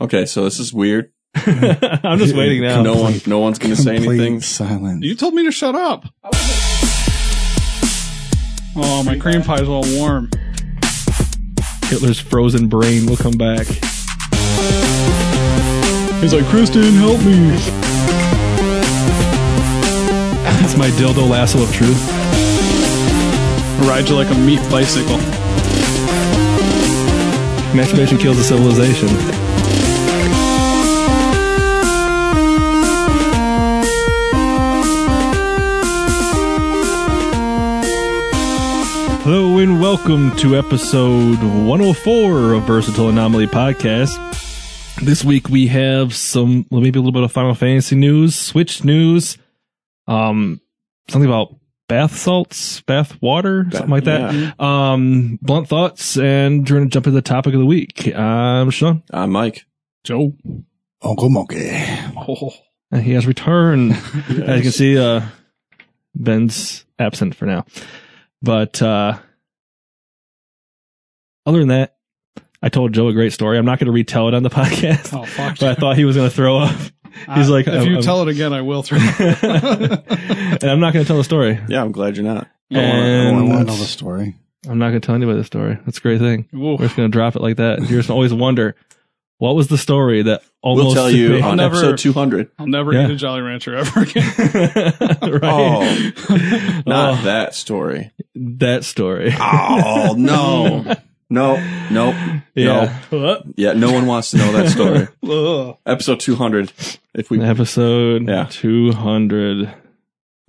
Okay, so this is weird. I'm just waiting now. No one, no one's going to say Complete anything. Silence. You told me to shut up. Oh, my cream pie's all warm. Hitler's frozen brain will come back. He's like, Kristen, help me. It's my dildo lasso of truth. Ride you like a meat bicycle. Masturbation kills a civilization. Hello and welcome to episode 104 of Versatile Anomaly Podcast. This week we have some maybe a little bit of Final Fantasy news, Switch news, um, something about bath salts, bath water, something like that. yeah. Um, blunt thoughts, and we're gonna jump into the topic of the week. I'm Sean. I'm Uh, Mike. Joe. Uncle Monkey. Oh, And He has returned. As you can see, uh, Ben's absent for now. But uh, other than that, I told Joe a great story. I'm not going to retell it on the podcast, oh fuck. but I thought he was going to throw up. He's I- like, if I'm- you I'm- tell it again, I will throw and I'm not going to tell the story. Yeah, I'm glad you're not. I And want to know the story. I'm not going to tell anybody the story. That's a great thing. We're Oof. just going to drop it like that. You're just always wonder what was the story that almost We'll tell you made- on Never- episode 200. I'll never Yeah. eat a Jolly Rancher ever again. right? Oh, not Oh, that story. that story. Oh, no. No, nope. Yeah. What? No. Yeah, no one wants to know that story. Ugh. episode 200. If we, Episode Yeah. 200. we'll be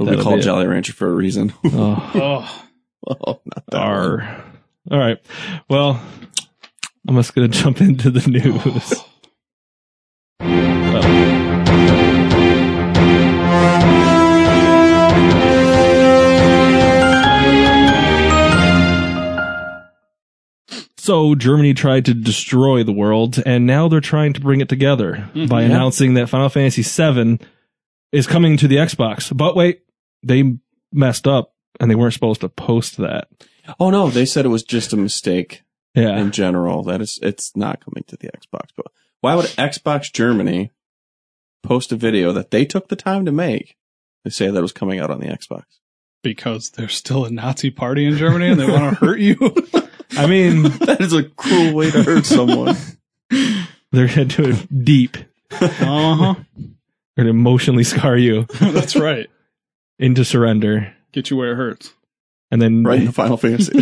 that'll called be it. Jolly Rancher for a reason. Oh, Oh, oh, not that one. dar. All right. Well, I'm just going to jump into the news. Well, So Germany tried to destroy the world, and now they're trying to bring it together Mm-hmm. by announcing that Final Fantasy VII is coming to the Xbox. But wait, they messed up, and they weren't supposed to post that. Oh, no. They said it was just a mistake Yeah, in general. That is, it's not coming to the Xbox. But why would Xbox Germany post a video that they took the time to make to say that was coming out on the Xbox? because there's still a Nazi party in Germany and they want to hurt you. I mean That is a cruel way to hurt someone. they're gonna do it deep. uh huh. They're gonna emotionally scar you That's right. into surrender, Get you where it hurts. and then right in the Final Fantasy.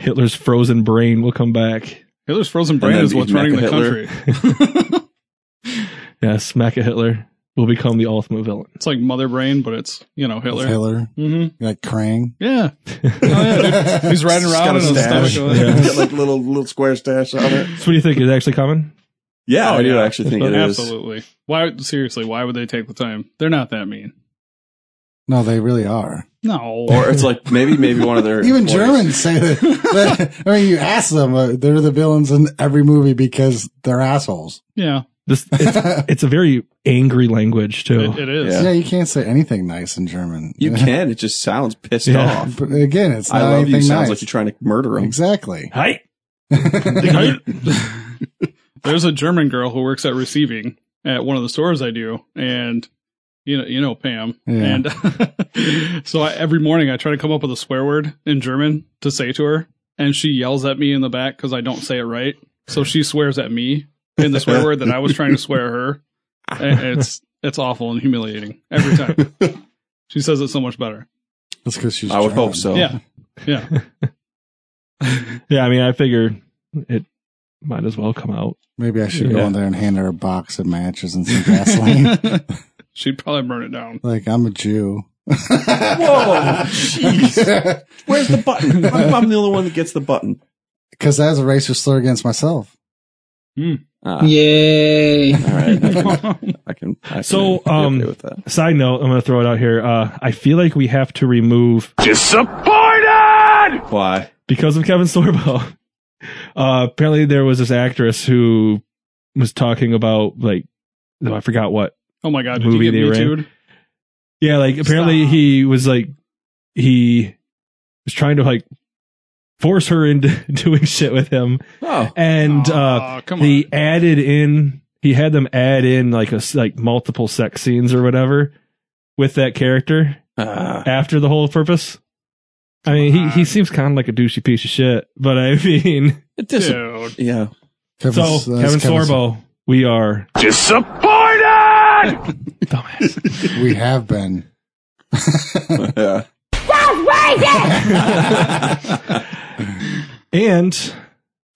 Hitler's frozen brain will come back. Hitler's frozen then brain is you what's running the smack a Hitler. country. Yeah, smack at Hitler will become the ultimate villain. It's like mother brain, but it's you know Hitler. Taylor. hmm Like Krang. Yeah. Oh yeah. Dude. He's riding around in It's a got stash. stash. Get like little little square stash on it. So, what do you think is actually coming? Yeah, Oh, I do yeah. actually think it is. Absolutely. Why? Seriously, why would they take the time? They're not that mean. No, they really are. No. Or it's like maybe maybe one of their Even employees. Germans say that. I mean, you ask them, uh, they're the villains in every movie because they're assholes. yeah, This it's, yeah, it's a very angry language too. it, it is. Yeah. you can't say anything nice in German. You can. It just sounds pissed Yeah. off. But again, it's I not love anything you. Sounds nice. like you're trying to murder him. exactly. Hi. There's a German girl who works at receiving at one of the stores I do, and you know, you know Pam. Yeah. And so I, every morning I try to come up with a swear word in German to say to her, and she yells at me in the back because I don't say it right. So she swears at me in the swear word that I was trying to swear at her. And it's it's awful and humiliating every time. She says it so much better. That's because she's. I would German. hope so. Yeah. Yeah. Yeah, I mean, I figure it might as well come out. Maybe I should go Yeah. in there and hand her a box of matches and some gasoline. She'd probably burn it down. like I'm a Jew. Whoa, jeez. Where's the button? I'm, I'm the only one that gets the button. Because that was a racist slur against myself. Ah, Yay. All right. I can. I can, I can So, be um, okay with that. Side note: I'm gonna throw it out here. Uh, I feel like we have to remove Why? because of Kevin Sorbo. Uh, apparently, there was this actress who was talking about like, no, I forgot what. Oh my god, did Movie you they get me ran. too'd? Yeah, like apparently Stop. he was like he was trying to like force her into doing shit with him. Oh, And uh, Aw, come they on. added in, he had them add in like a s- like multiple sex scenes or whatever with that character Ah. after the whole purpose. I mean, he, he seems kind of like a douchey piece of shit, but I mean, it doesn't. Dude. Yeah, uh, so Kevin, uh, that's Kevin Sorbo, we are disappointed. Dumbass. We have been. yeah. And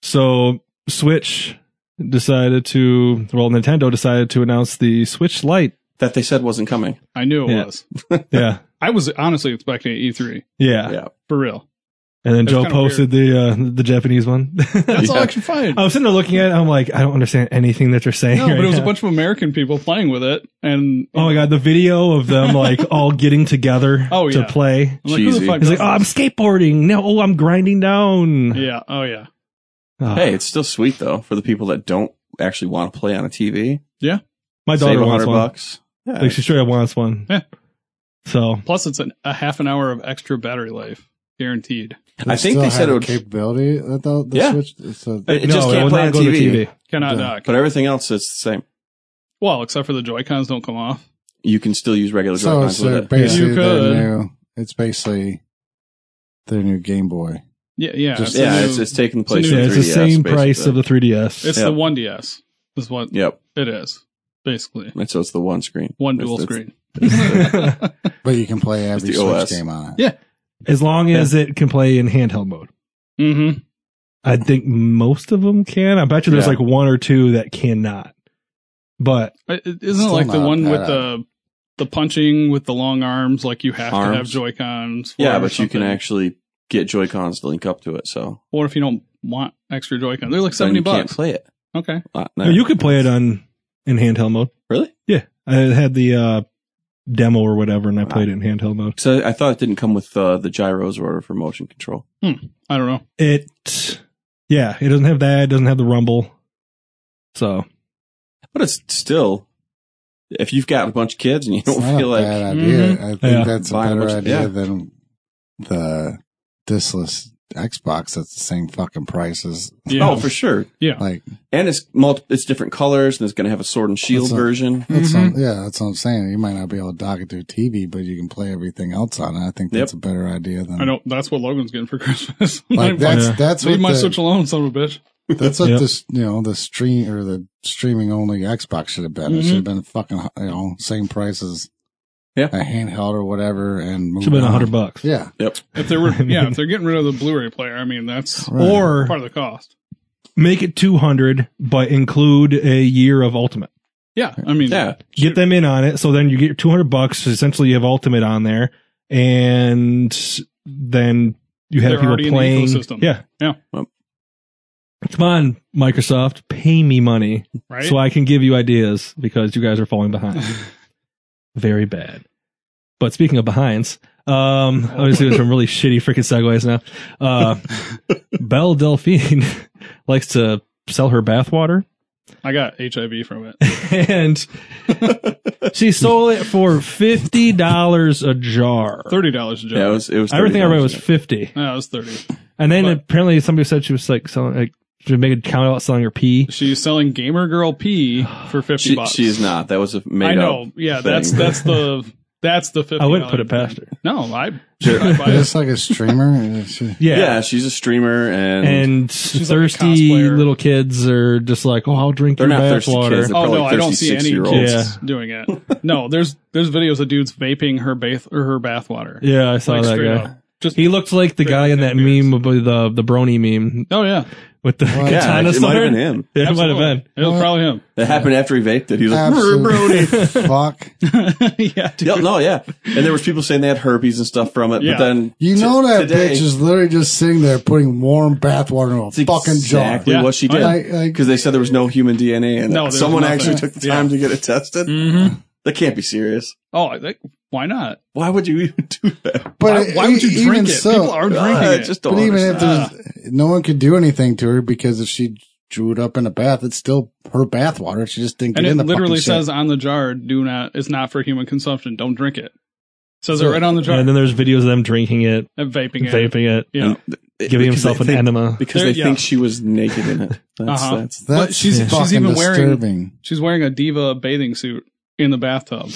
so Switch decided to, well, Nintendo decided to announce the Switch Lite. that they said wasn't coming. I knew it Yeah. was. Yeah. I was honestly expecting an E3 Yeah. Yeah. for real. And then It's Joe kinda posted the uh, the Japanese one. That's all Yeah. I could find. I was sitting there looking at it. I'm like, I don't understand anything that they're saying. no, but right it was a now. bunch of American people playing with it, and Oh my god, the video of them like all getting together Oh, to yeah. play. I'm like, who the Cheesy. fuck He's like, does oh, I'm skateboarding. No, oh, I'm grinding down. this? yeah, oh yeah, Oh. Hey, it's still sweet though for the people that don't actually want to play on a TV. my Save daughter a wants hundred one. bucks. Yeah. Like she straight up wants one. Yeah. So Plus, it's an, a half an hour of extra battery life, guaranteed. I think still they said have it would- capability that the, the Yeah. Switch. So It just can't will play not on go to TV. Cannot Yeah. knock. But everything else, it's the same. well, except for the Joy Cons don't come off. You can still use regular so Joy-Cons it's with their, it. basically You their could. new. It's basically their new Game Boy. Yeah, yeah, Just- the yeah, new- it's, it's taking the place it's of a Yeah, new- it's the 3DS, same basically. price of the 3DS. it's yeah. the one DS. Is what Yep. it is basically And so it's the one screen. one It's- dual it's- screen. But you can play every the Switch OS. game on it. Yeah. as long as it can play in handheld mode. hmm Mm-hmm. I think most of them can. I bet you there's Yeah. like one or two that cannot. But Isn't Still it like the not one that with out. the the punching with the long arms? Like you have to have Arms? Joy Cons. Yeah, but you can actually get Joy-Cons to link up to it. So What if you don't want extra Joy Cons? They're like then seventy you can't bucks. play it. Okay. Uh, no, no. you could play it on in handheld mode. really? I had the uh, demo or whatever, and I played it in handheld mode. So I thought it didn't come with uh, the gyros or whatever for motion control. I don't Oh, know. It, yeah, it doesn't have that. It doesn't have the rumble. So But it's still, if you've got a bunch of kids and you It's don't not feel a like, bad idea. I think Mm-hmm. Yeah. that's a Buy a better bunch of- idea yeah. than the discless Xbox. That's the same fucking price as Yeah. oh, for sure. like. And it's multi- it's different colors, and it's going to have a sword and shield That's a- version. That's Mm-hmm. Mhm. what- yeah, that's what I'm saying. You might not be able to dock it to a TV, but you can play everything else on it. I think that's a better idea than I know that's what Logan's getting for Christmas. like that's Yeah. that's what Leave my the- Switch alone, son of a bitch. That's what Yep. this, you know, the stream or the streaming only Xbox should have been. It Mhm. should have been fucking, you know, same price as Yeah. a handheld or whatever, and move should have been a on. hundred bucks. Yeah, If they were, I mean- yeah, if they're getting rid of the Blu-ray player, I mean that's Right. Or part of the cost. make it two hundred, but include a year of Ultimate. Yeah, I mean, Yeah. Get them in on it, so then you get your two hundred bucks. so essentially, you have Ultimate on there, and then you have They're already people in the playing. ecosystem. Yeah, Yeah. Yep. Come on, Microsoft, pay me money right. so I can give you ideas because you guys are falling behind. very bad. But speaking of behinds, um, I was doing some really shitty freaking segues now. Uh, Belle Delphine likes to sell her bathwater, I got HIV from it. and she sold it for fifty dollars a jar. Thirty dollars a jar. Yeah, it was. It was. Everything I read $30, was yeah. fifty, Yeah, it was thirty. and then But- apparently somebody said she was like selling, like she was making a count about selling her pee. She's selling Gamer Girl P for fifty She, bucks. she is not. That was a made I know. up. yeah, that's thing. that's the that's the fifty. I wouldn't put it past her. No, I. Sure. I buy it. it's like a streamer. It's- Yeah. she's a streamer, and, and like a thirsty cosplayer. little kids are just like, oh, I'll drink They're your not bath thirsty water. kids. Oh no, I don't Thirsty see any 60-year-olds. kids doing it. No, there's there's videos of dudes vaping her bath or her bathwater. Yeah, I saw Like, that straight guy. up. Just He looked like the Straight guy up in that beers. meme about the the Brony meme oh yeah, with the Wow. yeah, katana it might have sword. been him. Yeah, it might have been. It was probably him. That happened after he vaped it. He was like, Absolute Brody. fuck. yeah, dude. Yeah, no, yeah. And there was people saying they had herpes and stuff from it, Yeah. but then You know t- that today, bitch is literally just sitting there putting warm bathwater in a it's fucking exactly jar. what she Yeah. did. Like- like- because they said there was no human DNA in No, it. there's Someone nothing. actually took the Yeah. time to get it tested. Mm-hmm. That can't be serious. Oh, I think, why not? Why would you even do that? jar. But why, why would you e- drink even it? so- People are drinking I it. Uh, just don't. but even if understand. there's no one could do anything to her because if she drew it up in a bath, it's still her bathwater. She just didn't get and in the it fucking literally shit. says on the jar, "Do not. It's not for human consumption. Don't drink it." Says it Yeah. right on the jar. And And, then there's videos of them drinking it, vaping it. vaping it. Yeah. And giving himself an they think, enema. because There- they yeah. think she was naked in it. That's Uh-huh. that's That's But she's- she's fucking even wearing- disturbing. She's wearing a diva bathing suit in the bathtub.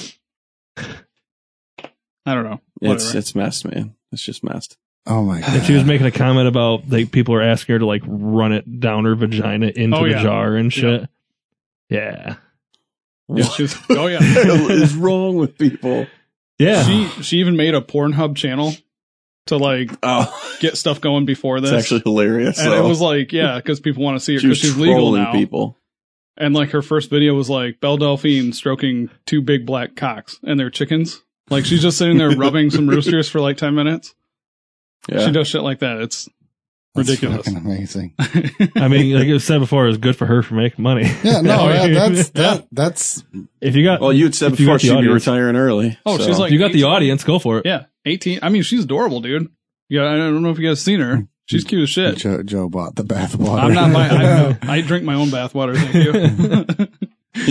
I don't know. it's Whatever. it's messed, man. It's just messed. Oh my god. And she was making a comment about like people are asking her to like run it down her vagina into Oh, the yeah. jar and shit. Yeah. Yeah, she was- oh yeah. what is wrong with people? Yeah. She she even made a Pornhub channel to like Oh, get stuff going before it's this. actually hilarious. and though. it was like, yeah, because people want to see her she because was she's trolling legal now. people. And like her first video was like Belle Delphine stroking two big black cocks and their chickens. Like she's just sitting there rubbing some roosters for like ten minutes. Yeah. She does shit like that. It's That's ridiculous. fucking amazing. I mean, like I said before, it was good for her for making money. Yeah, no, Oh, that, yeah. that's that that's If you got Well, you had said If you before got the she'd be audience. retiring early. Oh, so- she's like if you got the 18. audience, go for it. yeah, eighteen. I mean, she's adorable, dude. Yeah, I don't know if you guys seen her. She's cute as shit. Joe, Joe bought the bathwater. I'm not. My, I, I drink my own bathwater. Thank you.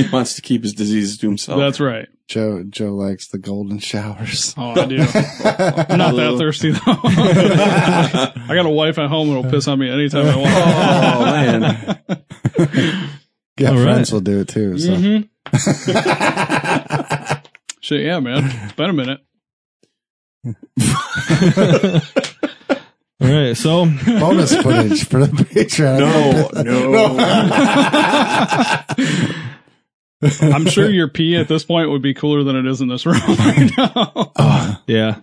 he wants to keep his diseases to Oh. himself. That's right. Joe Joe likes the golden showers. Oh, I do. I'm not that thirsty though. I got a wife at home that'll piss on me anytime I want. oh man, Yeah, All right. friends will do it too. So. Mhm. Shit, yeah, man. It's been a minute. All right. So Bonus footage for the Patreon. no, no. I'm sure your pee at this point would be cooler than it is in this room right now. Oh, yeah,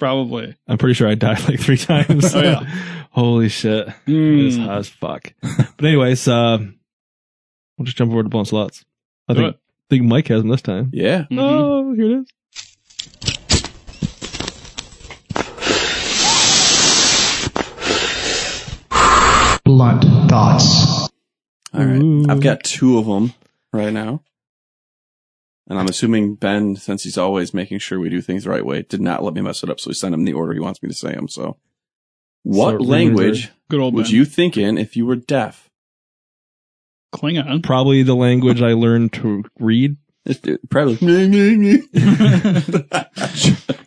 Probably. I'm pretty sure I died like three times. Oh, yeah. Holy shit. It Hmm. was Mm. hot as fuck. But anyways, uh, we'll just jump over to bonus lots. I Do think it. think Mike has them this time. yeah, Mhm. Oh, here it is. blunt thoughts. all right. Mm. Ooh. I've got two of them right now, and I'm assuming Ben, since he's always making sure we do things the right way, did not let me mess it up. So he sent him the order he wants me to say them. So, So what it language Good old would man. you think in if you were deaf? Klingon. Probably the language I learned to read. It's- uh, it- Probably.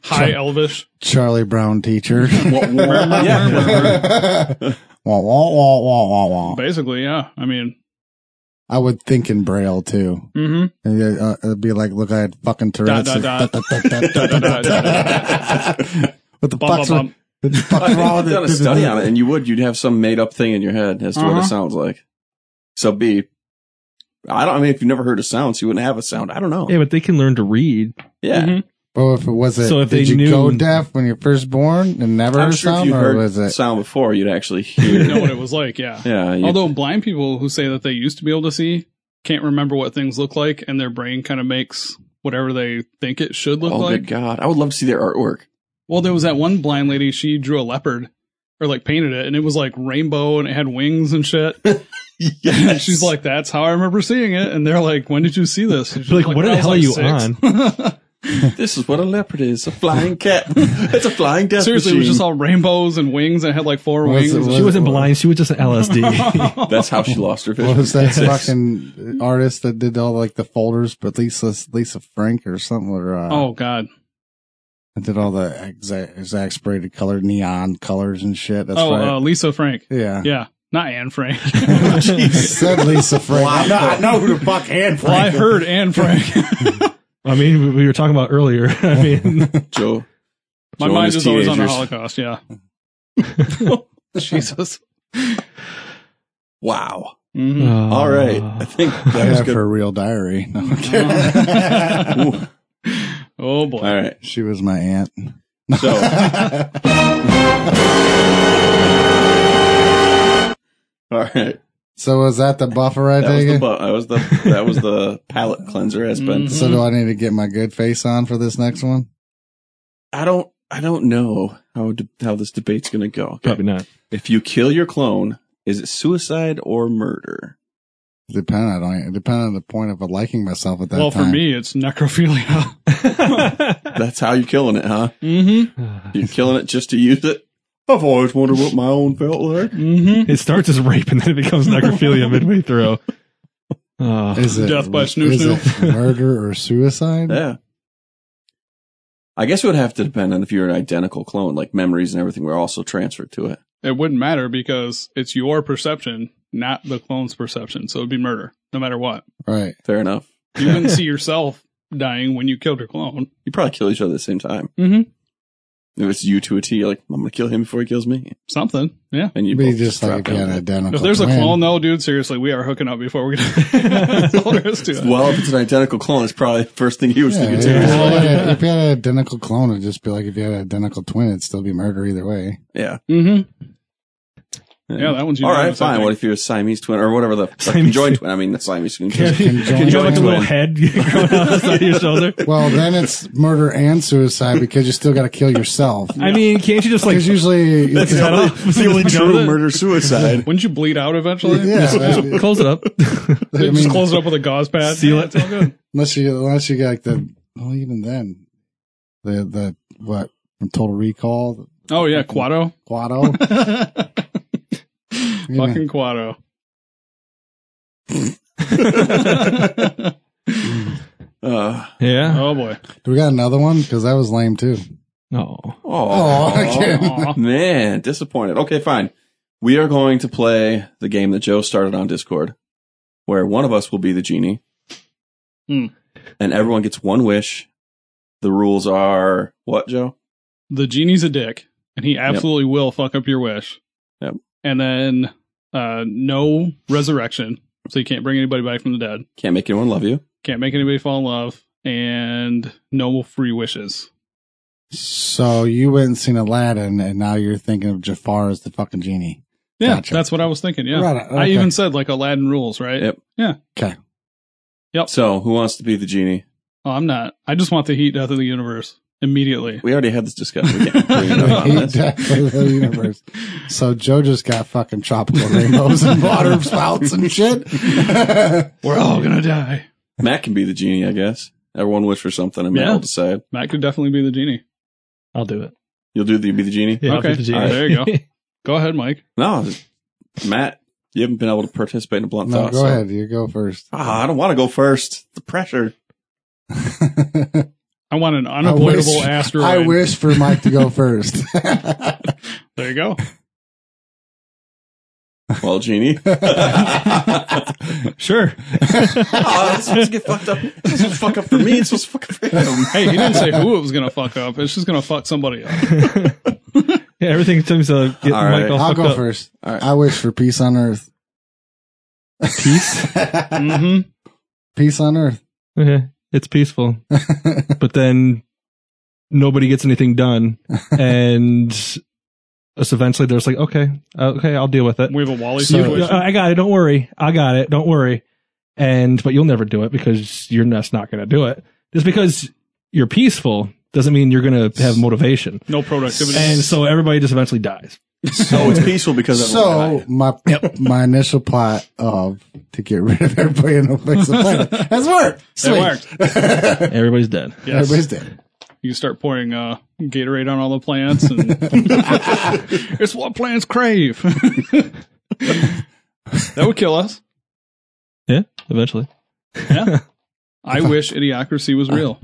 High Elvish. Charlie Brown teacher. yeah. wah, wah, wah, wah, wah, wah. Basically, yeah. I mean, I would think in Braille too. Mm-hmm. hmm And, uh, it'd be like, look, I had fucking Dot, Tourette's. dot, dot. What the Bum, fuck's bum, wrong? What the fuck's wrong I've with done a it? study on it, and you would you'd have some made up thing in your head as to what Uh-huh. it sounds like. So B, I don't. I mean, if you've never heard a sound, so you wouldn't have a sound. I don't know. Yeah, but they can learn to read. Yeah, Mhm. Mm-hmm. Well, Oh, if it was it, So if did they you knew- go deaf when you're first born and never I'm heard sure if sound, you or was heard it? sound before, you'd actually You hear. know what it was like, yeah. yeah, you- Although blind people who say that they used to be able to see can't remember what things look like, and their brain kind of makes whatever they think it should look oh like. good God, I would love to see their artwork. Well, there was that one blind lady. She drew a leopard, or like painted it, and it was like rainbow and it had wings and shit. And she's like, "That's how I remember seeing it." And they're like, "When did you see this?" And she's Like, what "When the I was, hell are you six." "This is what a leopard is, a flying cat. it's a flying death Seriously, it was machine." just all rainbows and wings. And it had like four Was wings. it- She wasn't blind. She was just an LSD. That's how she lost her vision. What was that fucking artist that did all like the folders, but Lisa Lisa Frank or something, or uh, oh God! that did all the exa- exasperated colored neon colors and shit. That's oh, right. uh, Lisa Frank. yeah. Yeah, not Anne Frank. Said Lisa Frank. I, know, I know who the fuck Anne well, I Frank. is. heard Anne Frank. I mean, we- we were talking about earlier. I mean, Joe, Joe My and mind his is always on the teenagers. Holocaust. Yeah. Jesus. Wow. Mhm. Uh, All right, I think I that was have good. her real diary. No, I'm kidding. oh boy. All right. she was my aunt. So. All right. so was that the buffer I That was, take the it? bu- that was the that was the palate cleanser has been. Mhm. So do I need to get my good face on for this next one? I don't I don't know how de- how this debate's going to go. Okay. Probably not. If you kill your clone, is it suicide or murder? Depend on it depend on the point of liking myself at that well, time. for me, it's necrophilia. That's how you're killing it, huh? mm-hmm. You're killing it just to use it. I've always wondered what my own felt like. Mm-hmm. it starts as rape and then it becomes necrophilia midway through. Oh. is it Death by is snoo it murder or suicide? Yeah. I guess it would have to depend on if you're an identical clone, like memories and everything were also transferred to it. it wouldn't matter because it's your perception, not the clone's perception. So it'd be murder, no matter what. Right. Fair enough. You wouldn't see yourself dying when you killed your clone. You probably kill each other at the same time. Mm-hmm. If it's you to a T, you're like, I'm going to kill him before he kills me. Something. Yeah. And you Be both just like drop an down. identical. If there's a twin. clone, though, dude, seriously, we are hooking up before we get That's all there is to it. Well, if it's an identical clone, it's probably the first thing he was Yeah, thinking if, too. you Yeah. had a- if you had an identical clone, it'd just be like if you had an identical twin, it'd still be murder either way. Yeah. Mm-hmm. Yeah, that one's All right, unanimous, I fine. think. What if you're a Siamese twin or whatever the the Siamese conjoined twin. twin? I mean, that's Siamese twin. Can you have like a little head growing out the side of your shoulder? Well, then it's murder and suicide because you still got to kill yourself. I mean, can't you just like Because usually, That's yeah, not- only- off. Jump it. suicide. Wouldn't you bleed out eventually? that- close it up? I mean, just close it up with a gauze pad. Seal Yeah, it. It's all good. unless you unless you got like the well, even then, the the what from Total Recall, the Oh yeah, Quado. Quado. Yeah. Fucking Quado. Uh, yeah. oh boy. Do we got another one? Because that was lame too. No. oh, I can't. Aw. man, disappointed. Okay, fine. We are going to play the game that Joe started on Discord, where one of us will be the genie, Hmm. and everyone gets one wish. The rules are what, Joe? the genie's a dick, and he absolutely will fuck up your wish. Yep. And then uh, no resurrection, so you can't bring anybody back from the dead. Can't make anyone love you. Can't make anybody fall in love, and no free wishes. So you went and seen Aladdin, and now you're thinking of Jafar as the fucking genie. Yeah, Gotcha. that's what I was thinking. Yeah, Right, okay. I even said like Aladdin rules, right? Yep. So, who wants to be the genie? Oh, I'm not. I just want the heat death of the universe immediately. We already had this discussion. We can't bring it up on He this. definitely the universe. So Joe just got fucking tropical rainbows and water spouts and shit. We're all gonna die. Matt can be the genie, I guess. Everyone wish for something, and Matt Yeah. will decide. Matt could definitely be the genie. I'll do it. You'll do the be the genie. Yeah, I'll okay, do the genie. All right, there you go. Go ahead, Mike. No, Matt, you haven't been able to participate in a blunt no, thought. go so- ahead. You go first. Ah, I don't want to go first. The pressure. I want an I unavoidable wish- asteroid. I wish for Mike to go first. There you go. Well, genie. Sure. oh, it's supposed to get fucked up. It's supposed to fuck up for me. It's supposed to fuck up for him. Hey, he didn't say who it was gonna fuck up. It's just gonna fuck somebody up. Yeah, everything seems to get All Mike right. all I'll fucked go up. first. All right. I wish for peace on earth. Peace? hmm peace on earth. Okay, it's peaceful, but then nobody gets anything done, and so eventually they're just like, okay, uh, okay, I'll deal with it. We have a Wally So- You- situation. uh, I got it. Don't worry, I got it. Don't worry. And but you'll never do it because you're just not going to do it. Just because you're peaceful doesn't mean you're going to have motivation. no productivity. And so everybody just eventually dies. So it's peaceful because of So my my initial plot of to get rid of everybody and fix the planet has worked. Sweet. worked. Everybody's dead. yes. Everybody's dead. you start pouring uh, Gatorade on all the plants, and it's what plants crave. that would kill us. Yeah, eventually. I wish idiocracy was real.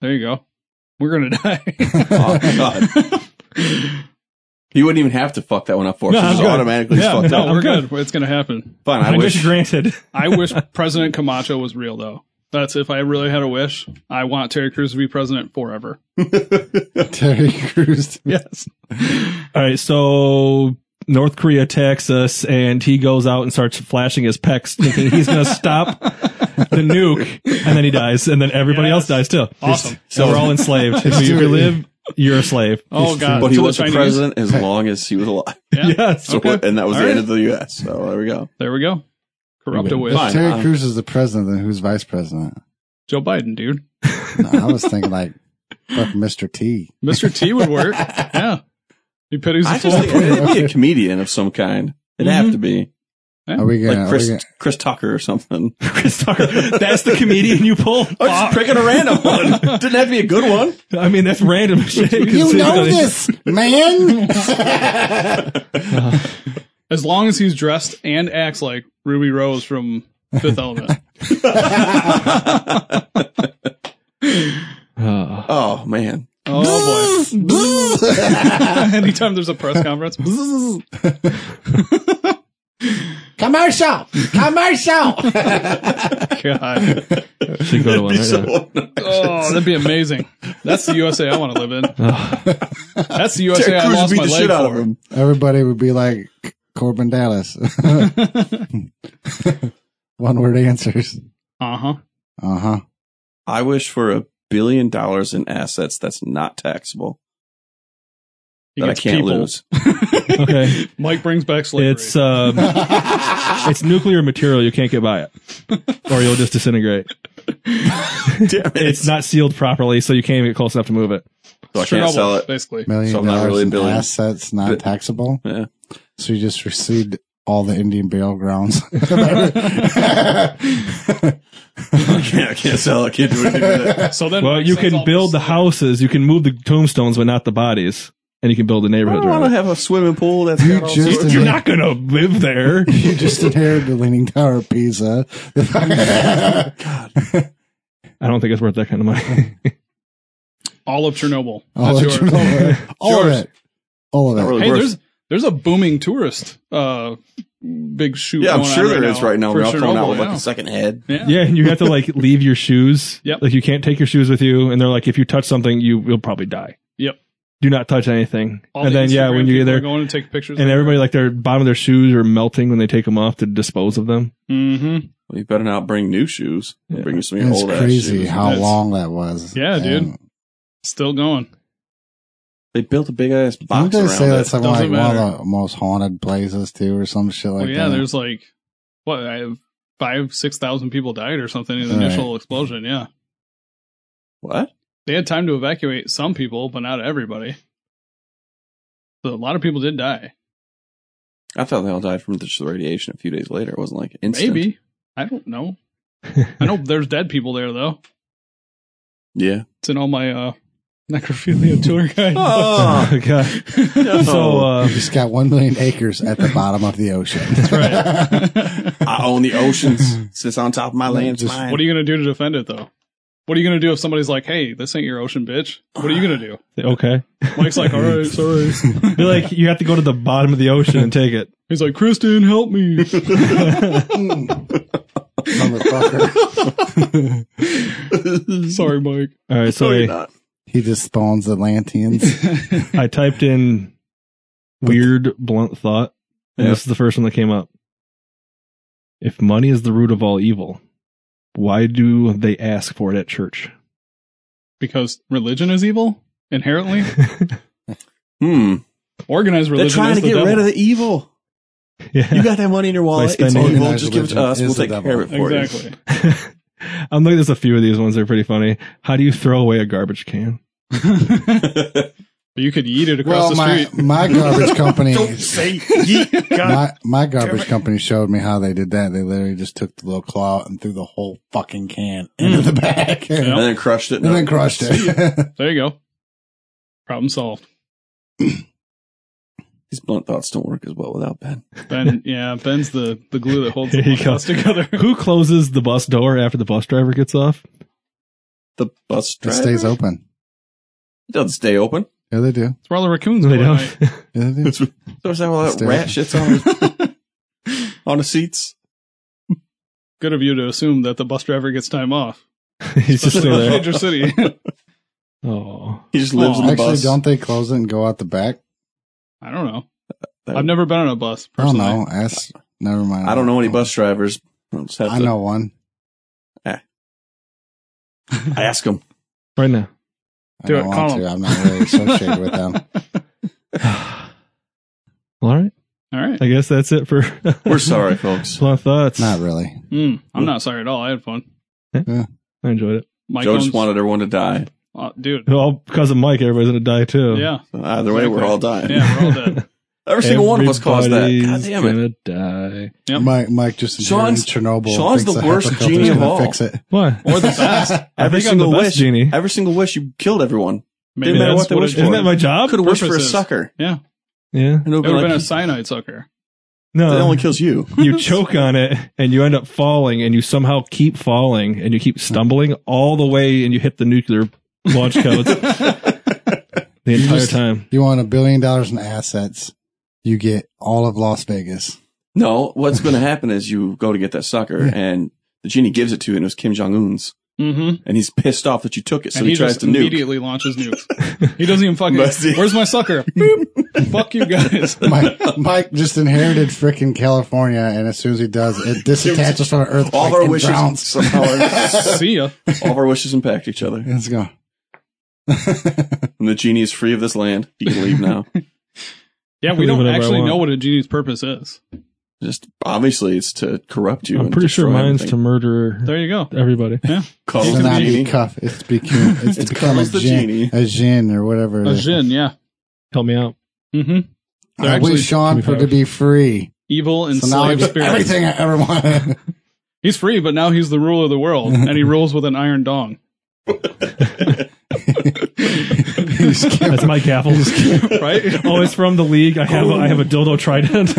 There you go. We're gonna die. Oh, God. He wouldn't even have to fuck that one up for us. No, It I'm just good. automatically Yeah, fucked no, up. we're good. good. It's gonna happen. Fine, I, wish. granted. I wish President Camacho was real, though. That's if I really had a wish. I want Terry Crews to be president forever. Terry Crews. Yes. All right, so North Korea attacks us, and he goes out and starts flashing his pecs, thinking he's going to stop the nuke, and then he dies, and then everybody Yes. else dies too. Awesome. So we're all enslaved. If you live, you're a slave. Oh God. But he To the was the Chinese? president as long as he was alive. Yeah. Yes. So Okay. what- and that was All the right. end of the U.S. So there we go. There we go. Corrupt a wish. Fine. Terry Um, Crews is the president, then who's vice president? Joe Biden, dude. No, I was thinking like fuck Mr. T. Mr. T would work. yeah. He pities the I just fool. think it'd be a comedian of some kind. It'd have to be Are we gonna, like are we Chris gonna- Chris Tucker or something. Chris Tucker. That's the comedian you pull. I'm just picking a random one. Didn't have to be a good one. I mean, that's random shit. You know considering- this, man. as long as he's dressed and acts like Ruby Rose from Fifth Element. Uh, Oh man. Oh boy. Anytime there's a press conference, commercial, commercial. God, Should go to one. Be Right so now. annoying. oh, that'd be amazing. That's the USA I want to live in. Ugh. That's the Terry USA I Crews lost beat my the leg shit out of for. him. Everybody would be like Corbin Dallas. One word answers. Uh huh. Uh huh. I wish for a billion dollars in assets that's not taxable that I can't lose. Okay. Mike brings back slavery. It's um, it's nuclear material. You can't get by it, or you'll just disintegrate. Damn it. It's not sealed properly, so you can't even get close enough to move it. So I can't Chernobyl, sell it. basically. Million So I'm not dollars really a in billion. assets not But- taxable. Yeah. So you just received all the Indian burial grounds. yeah, I can't, I can't sell it. I can't do anything with it. So then, Well, Mike you sends all can build the this- houses, you can move the tombstones, but not the bodies, and you can build the I neighborhood. don't want to around have it. a swimming pool that's You got all just- sorts- You're not going to live there. you just inherited the Leaning Tower of Pisa. I don't think it's worth that kind of money. all of Chernobyl. all, That's of yours. it. all of Yours. it. All not of it. really Hey, worth- there's there's a booming tourist uh big shoot. yeah, I'm going sure on there is right now. for We're all coming out with Chernobyl, like a second head. yeah. yeah. yeah, and you have to like leave your shoes. Yep. Like you can't take your shoes with you, and they're like, if you touch something, you will probably die. Yep. Do not touch anything. All and the then yeah, Instagram when you get people are there, going to take pictures, and everybody like their bottom of their shoes are melting when they take them off to dispose of them. Mm-hmm. Well, you better not bring new shoes. Yeah. Bring you some of your It's old ass crazy shoes. how That's- long that was. Yeah, dude. And Still going. They built a big ass I'm box gonna around say it. that's like, like Doesn't one matter. of the most haunted places too, or some shit like well, uh, yeah, that. there's like what I have five six thousand people died or something in the Right. initial explosion. Yeah, what? they had time to evacuate some people, but not everybody. So a lot of people did die. I thought they all died from just the radiation a few days later. It wasn't like instant. Maybe I don't know. I know there's dead people there though. Yeah. It's in all my uh necrophilia tour guide. Oh, God. So uh, You just got one million acres at the bottom of the ocean. That's right. I own the oceans. Sits on top of my land. Just- What are you gonna do to defend it though? What are you gonna do if somebody's like, "Hey, this ain't your ocean, bitch"? What are you gonna do? okay. Mike's like, "All right, sorry." You're like you have to go to the bottom of the ocean and take it. He's like, "Kristen, help me." Motherfucker. sorry, Mike. All right, so No, you're I, not. he just spawns Atlanteans. I typed in weird blunt thought, and Yep. this is the first one that came up. If money is the root of all evil, why do they ask for it at church? Because religion is evil inherently. Hmm. Organized They're religion. trying is to the get devil. rid of the evil. You yeah. got that money in your wallet. By It's spending- evil. Just give it to us. Is We'll the take care of it for you. Exactly. I'm looking at just a few of these ones. They're pretty funny. How do you throw away a garbage can? you could eat it across well, the my street. my garbage company. Say, yeet, God. My, my garbage company showed me how they did that. They literally just took the little claw out and threw the whole fucking can Mm. into the back and Yeah. then crushed it. and then crushed it. There you go. Problem solved. These blunt thoughts don't work as well without Ben. Ben, yeah, Ben's the the glue that holds There you the go. us together. Who closes the bus door after the bus driver gets off? The bus it driver stays open. It doesn't stay open. Yeah, they do. That's where all the raccoons They go at don't. night. Yeah, they do. So is that all that Stay rat shits on on the seats? Good of you to assume that the bus driver gets time off. He's just still there. Major city. Oh, He just lives Aw. in the Actually, bus. don't they close it and go out the back? I don't know. That- I've never been on a bus. I don't Personally. know. Ask. Never mind. I don't know any bus drivers. I'll just have I to know one. ask them. right now. I Do don't it, want call 'em. to. I'm not really associated with them. Well, all right. All right. I guess that's it for We're sorry, folks. blunt thoughts. Not really. Mm, I'm not sorry at all. I had fun. I enjoyed it. Mike Joe owns- just wanted everyone to die. uh, dude. Well, because of Mike, everybody's gonna die too. Yeah. So either way, we're all dying. Yeah, we're all dead. Every single one of us caused that. God Everybody's damn it. Gonna die. Yep. Mike, Mike just in Sean's- Chernobyl. Sean's thinks the that worst helicopter's genie of gonna all. Fix it. What? Or the best. I Every think I'm the single best wish. genie. Every single wish, you killed everyone. Maybe Didn't matter that's what they what wish it- for. Isn't that my I job? could have wished for a Purposes. sucker. Yeah. Yeah. And it would've It would have been been a uh, like, cyanide sucker. that No. only kills you. you choke on it and you end up falling and you somehow keep falling and you keep stumbling all the way and you hit the nuclear launch codes. the You entire just- time. You want a billion dollars in assets. You get all of Las Vegas. No, what's going to happen is you go to get that sucker, Yeah. and the genie gives it to you, and it was Kim Jong Un's, Mm-hmm. and he's pissed off that you took it, so and he, he, tries just to nuke. immediately launches nukes. He doesn't even fucking. Must he? Where's my sucker? Boop. Fuck you guys. Mike, Mike just inherited freaking California, and as soon as he does, it disattaches from the earthquake. All of our and wishes drowns. somehow, are- See ya. all of our wishes impact each other, Let's go. and the genie is free of this land. He can leave now. Yeah, we Leave don't whatever I actually want. know what a genie's purpose is. Just obviously, it's to corrupt you. I'm and pretty sure destroy mine's to everything. murder There you go. everybody. cuddle It's the not be genie. cuff. It's become it's, It's become a cuddles the gin, genie. a gin or whatever. it A is. gin, yeah. Help me out. hmm I They're actually wish Sean giving for to power. be free. Evil Uh, So now I enslaved get spirit. everything I ever wanted. He's free, but now he's the ruler of the world, and he rules with an iron dong. He's giving- That's my gavel. Right? Oh, it's from the league. I have a, I have a dildo trident.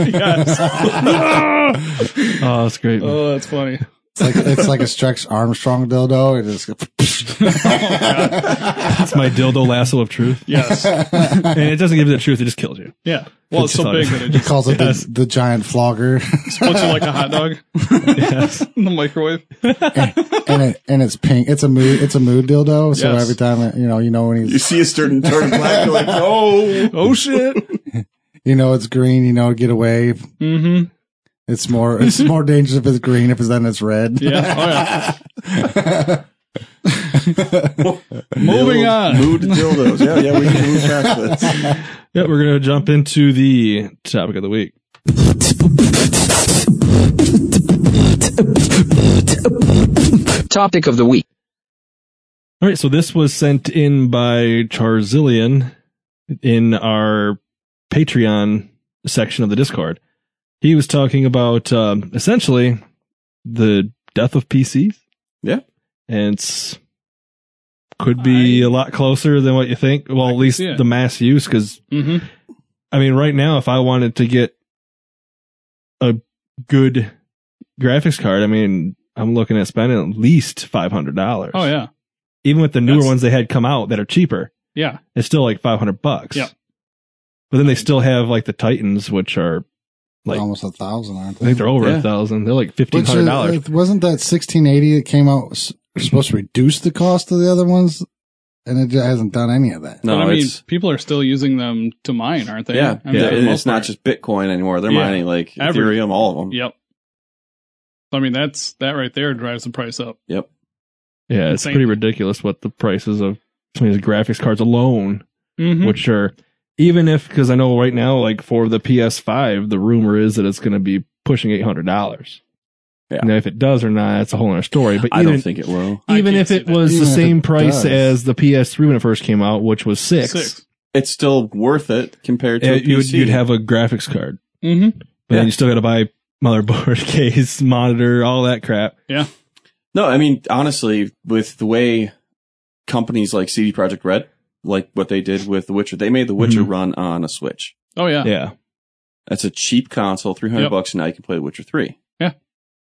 oh, that's great. oh, that's funny. it's like it's like a Stretch Armstrong dildo. It is. That's my dildo lasso of truth. Yes. And it doesn't give you the truth. It just kills you. Yeah. Well, it's so big that it He just calls it Yes. the, the giant flogger, splits you like a hot dog Yes. in the microwave. and it and it's pink. It's a mood. It's a mood dildo. So Yes. every time it- you know, you know when You he's, see a certain turn black, you're like, oh, Oh, shit. you know it's green. You know, get away. Mm-hmm. It's more. It's more dangerous if it's green. If it's then it's red. Yeah. Oh, yeah. Oh, Moving on. Mood dildos. Yeah, yeah, we can move past this. Yeah, we're gonna jump into the topic of the week. Topic of the week. All right, so this was sent in by Charzillion in our Patreon section of the Discord. He was talking about um, essentially the death of PCs. Yeah. and it's could be a lot closer than what you think. Well, at least see it. the mass use, because Mm-hmm. I mean, right now, if I wanted to get a good graphics card, I mean, I'm looking at spending at least five hundred dollars. Oh, yeah. Even with the newer That's- ones they had come out that are cheaper, Yeah. it's still like five hundred bucks. Yeah. But then they still have like the Titans, which are Like- almost a thousand, aren't I they? think they're over Yeah. a thousand. They're like fifteen Which hundred dollars. is- wasn't that sixteen eighty that came out s- supposed to reduce the cost of the other ones, and it just hasn't done any of that. No, but I mean, it's people are still using them to mine, aren't they? yeah, I mean, yeah, for the and most it's not part. just Bitcoin anymore. They're Yeah. mining like Every- Ethereum, all of them. Yep. I mean, that's that right there drives the price up. Yeah, it's Insane. pretty ridiculous what the prices of some of these graphics cards alone Mm-hmm. which are even if because I know right now, like for the PS5, the rumor is that it's going to be pushing eight hundred dollars. Yeah. Now, if it does or not, that's a whole other story. But I even don't think it will. I even can't if see it that. was Even the if same it price does. as the PS3 when it first came out, which was six, Six. It's still worth it compared to uh, a you would, PC. you'd have a graphics card, Mm-hmm. but Yeah. then you still got to buy motherboard, case, monitor, all that crap. no, I mean honestly, with the way companies like CD Projekt Red, like what they did with The Witcher, they made The Witcher Mm-hmm. Mhm. run on a Switch. Oh yeah. Yeah, That's a cheap console, three hundred Yep. bucks, and now you can play The Witcher three. Yeah.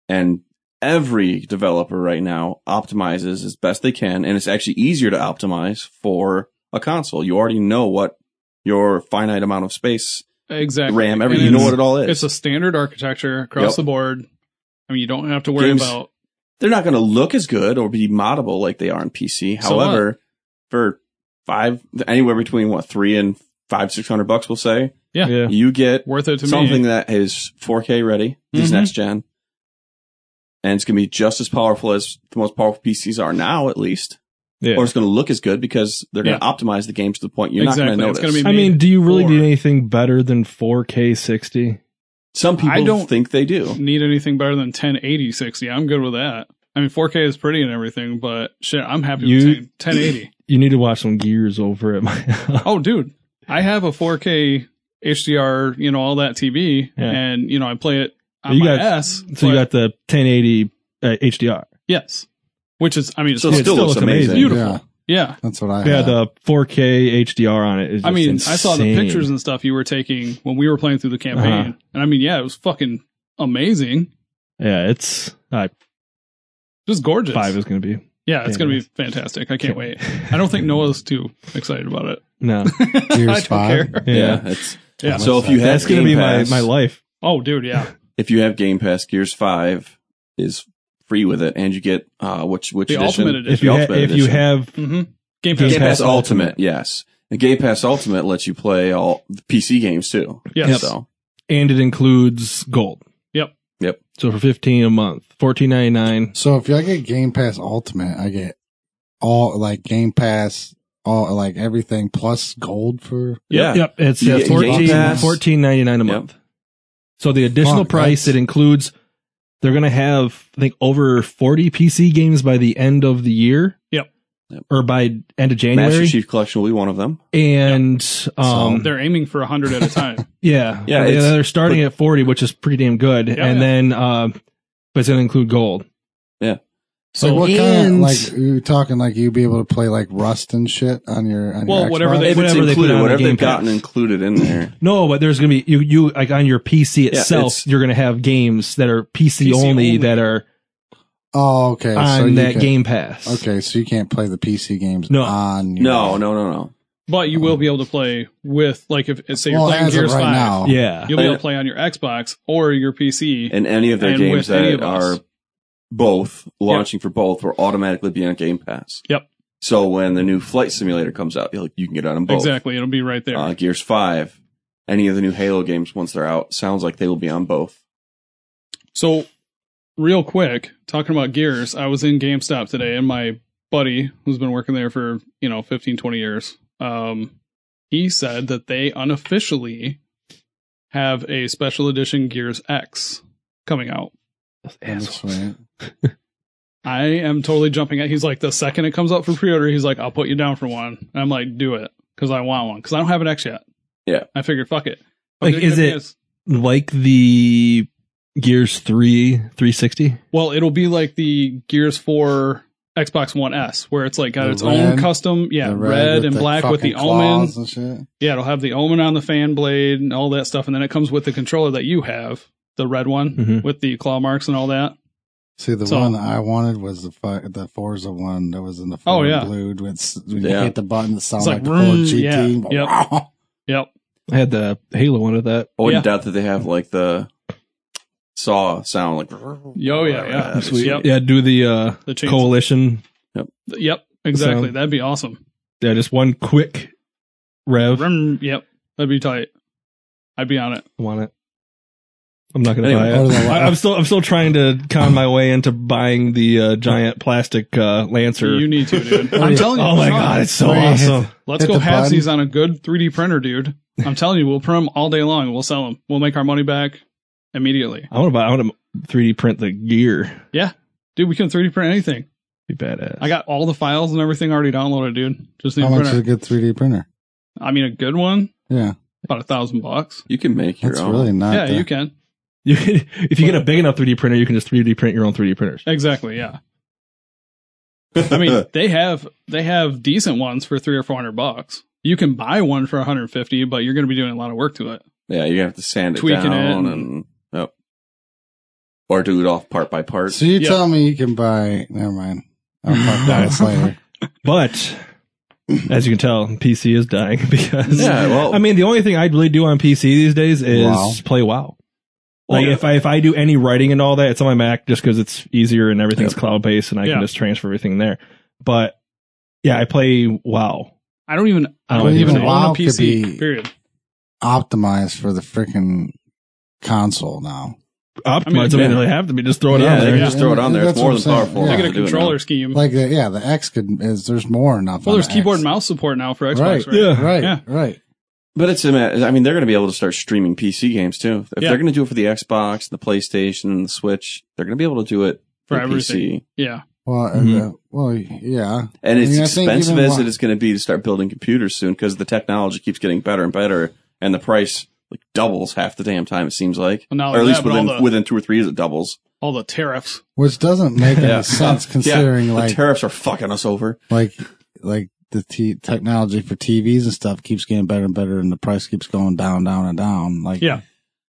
and every developer right now optimizes as best they can, and it's actually easier to optimize for a console. You already know what your finite amount of space, Exactly. RAM, everything. You And know it's- what it all is. It's a standard architecture across Yep. the board. I mean, you don't have to worry Games- about They're not going to look as good or be moddable like they are on PC. So However, for five, anywhere between what three and five, six hundred bucks, we'll say Yeah. yeah. you get worth it to something me. that is 4K ready, this Mhm. next gen, and it's going to be just as powerful as the most powerful PCs are now, at least. Yeah. Or it's going to look as good because they're going to optimize the games to the point you're not Exactly. going It's to notice. gonna be- I mean, do you really Four. need anything better than 4K 60? Some people I don't- think they do. Need anything better than 1080 60? I'm good with that. I mean, 4K is pretty and everything, but shit, I'm happy You- with 10- 1080. You need to watch some Gears over at my house. oh, dude, I have a 4K HDR, you know, all that TV, Yeah. and you know, I play it on You my got- S. So you but- got the 1080 uh, HDR. yes, which is, I mean, it's So it still, still, still looks looks amazing. amazing. beautiful. Yeah, yeah. that's what I Uh-huh. Yeah, had. the 4K HDR on it is. I just mean, I saw the insane. pictures and stuff you were taking when we were playing through the campaign, Uh-huh. and I mean, yeah, it was fucking amazing, Yeah, it's uh, just gorgeous. five is going to be. Yeah, it's Yeah, going to it be fantastic. I can't wait. I I don't think Noah's too excited about it. No. Your I don't spot. care. Yeah, Yeah. it's Yeah. so if you have That's going to Game be my, Pass- my life. Oh, dude, yeah. if you have Game Pass, Gears Five is free with it, and you get uh, which which The edition? Ultimate Edition. If you, ha- Ultimate if you Edition. have hmm Game Pass. Game, Game Pass, Pass Ultimate, yes, and Game Pass Ultimate lets you play all the PC games too. Yes. Yep. So and it includes gold. Yep. Yep. So for fifteen a month, fourteen ninety nine. So if I get Game Pass Ultimate, I get all like Game Pass, all like everything plus gold for. yeah, Yep. It's You uh, get Game 14, Pass. 14.99 a Yep. month. So the additional Fuck, price that's- it includes, they're going to have I think over forty PC games by the end of the year. Yep. Yep. Or by end of Master January, Chief Collection will be one of them. and um, They're aiming for 100 at a time. yeah, Yeah, They- it's- they're starting at forty, which is pretty damn good, Yeah, and yeah. then um, but it's going to include gold. So So- what kind of and- like you're talking like you'd be able to play like Rust and shit on your on Well, your whatever Xbox? they- If it's whatever they put included, on the whatever Game they've gotten Pass. included in there. No, but there's gonna be you you like on your PC itself, it's- you're gonna have games that are PC, PC only, only. that are oh okay on you that can- Game Pass. okay so you can't play the PC games No. on your, No, no, no, no. But you will be able to play with, like, if say you're well playing as of Gears right 5, now Yeah. you'll be able to play on your Xbox or your PC. And any of their And games with any that of us. are both launching for both will automatically be on Game Pass. Yep. So when the new Flight Simulator comes out, you'll- you can get on them both. exactly. It'll be right there. Uh, Gears Five, any of the new Halo games once they're out, sounds like they will be on both. So, real quick, talking about gears, I was in GameStop today and my buddy who's been working there for, you know, 15, 20 years, um, he said that they unofficially have a special edition Gears X coming out. That's right. I am totally jumping at. He's like, the second it comes up for pre-order, he's like, I'll put you down for one. And I'm like, do it because I want one because I don't have an X yet. Yeah. I figured, fuck it. Like, Fuck is give me it- this. Like the Gears 3 360. Well, it'll be like the Gears 4 Xbox One S, where it's like got The its red, own custom, yeah, The red, with and the black with the fucking claws omen. and shit. Yeah, it'll have the omen on the fan blade and all that stuff, and then it comes with the controller that you have, the red one Mm-hmm. Mhm. with the claw marks and all that. See, the So- one that I wanted was the fu- the Forza one that was in the Oh, yeah. blued with s- when you Yeah. hit the button that sounds It's like, like, the Ford vroom, GT. yeah, Yep. I had the Halo one of that. I wouldn't Yeah. doubt that they have like the saw sound, like oh Yo, yeah, yeah. Sweet. Yep. Yeah, do the uh The chains. coalition. Yep. Exactly. So- That'd be awesome. Yeah, just one quick rev. Vroom, yep. That'd be tight. I'd be on it. Want it. I'm not gonna Anyway, buy or it. the- I, I'm still I'm still trying to con my way into buying the uh, giant plastic uh, lancer. You need to, dude. I'm telling you. oh my come on. god, it's so Where you hit awesome. Let's Hit go the have button. these on a good 3D printer, dude. I'm telling you, we'll print them all day long. We'll sell them. We'll make our money back immediately. I want to buy. I want to 3D print the gear. Dude, we can 3D print anything. Be badass. I got all the files and everything already downloaded, dude. Just need How a much is a printer. good 3D printer? I mean, a good one, Yeah, about a thousand bucks. You can make your that's own. really not. Yeah, the- you can. You can, if you get a big enough 3D printer, you can just 3D print your own 3D printers. Exactly. Yeah. I mean, they have they have decent ones for three or four hundred bucks. You can buy one for 150, but you're going to be doing a lot of work to it. yeah, you have to sand it Tweaking it down and- and yep. or do it off part by part. So you Yeah. tell me you can buy. Never mind. I'll talk about this later. But as you can tell, PC is dying because yeah, well, I mean the only thing I'd really do on PC these days is Wow. play WoW. Well, Like yeah. if I if I do any writing and all that, it's on my Mac just because it's easier and everything's cloud based and I Yeah. can just transfer everything there. But yeah, I play WoW. I don't even I Well, don't even even own WoW a could PC. be- Period. Optimized for the freaking console now. Optimized. I I mean, mean, it doesn't yeah. really have to be just throw it yeah, out they there. can yeah. just throw it on there. It's That's more what than I'm saying. powerful. They Yeah. enough get to a do it now. controller scheme. Like the, yeah, the X could is there's more enough. well, on there's the keyboard X. and mouse support now for Xbox, right? Yeah. Right, Yeah. right. But it's a ma- I mean, they're going to be able to start streaming PC games too. If Yeah. they're going to do it for the Xbox, the PlayStation, and the Switch, they're going to be able to do it For for, everything. PC. Yeah. Well, uh, Mhm. uh, well, yeah. And I as mean, I think expensive even as wa- it is going to be to start building computers soon, because the technology keeps getting better and better, and the price like doubles half the damn time. It seems like, Well, not or at only least that, but all within the- within two or three years, it doubles. All the tariffs. Which doesn't make Yeah. Uh, any sense Yeah. considering The like tariffs are fucking us over. like like the t- technology for TVs and stuff keeps getting better and better, and the price keeps going down, down, and down. Like Yeah.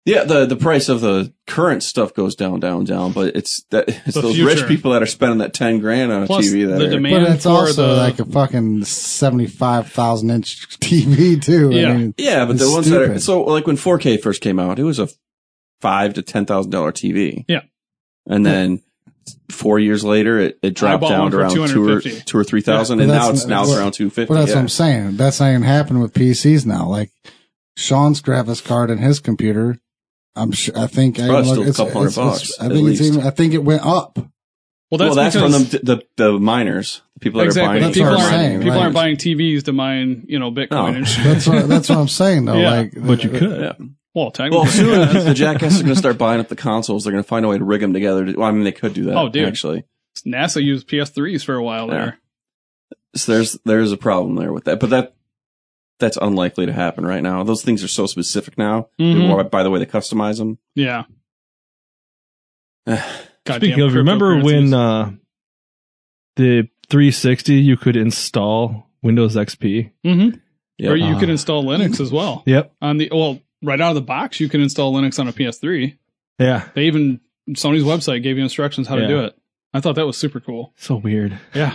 Yeah, the the price of the current stuff goes down, down, down, but it's that it's The those future. rich people that are spending that ten grand on a Plus, TV that the are- demand But it's for also the like a fucking seventy-five thousand inch TV too. Yeah. I mean, yeah, but it's the ones that are stupid. so like when 4K first came out, it was a five to ten thousand dollar TV. Yeah. and then four years later, it, it dropped bought down one to for around two or 250. two or three thousand, Yeah, and but now that's- it's now it's well, around two fifty. Well, that's yeah. what I'm saying. That's not even happening with PCs now. Like Sean's graphics card and his computer. I'm sure. I think I Probably even still a couple hundred bucks, I at think it's least. even. I think it went up. well, well, that's, that's because from the, the the miners, the people that exactly are buying. That's people what these I'm aren't miners. saying, people like- aren't buying TVs to mine you know Bitcoin No. and shit. That's what. that's what I'm saying though. Yeah. Like, But you could. Yeah. Well, Well, technically, soon yeah, the jackasses are going to start buying up the consoles. They're going to find a way to rig them together. To, well, I mean, they could do that. Oh, dude. actually, NASA used PS3s for a while Yeah. there. so there's there's a problem there with that. But that that's unlikely to happen right now. Those things are so specific now. Mhm. By- By the way, they customize them. Yeah. Goddamn Speaking of, remember when cryptocurrencies. uh, the 360 you could install Windows XP? Mhm. Yep. or you Uh, could install Linux as well Yep. on the well right out of the box. You can install Linux on a PS3. Yeah. They even Sony's website gave you instructions how Yeah. to do it. I thought that was super cool. So weird. Yeah,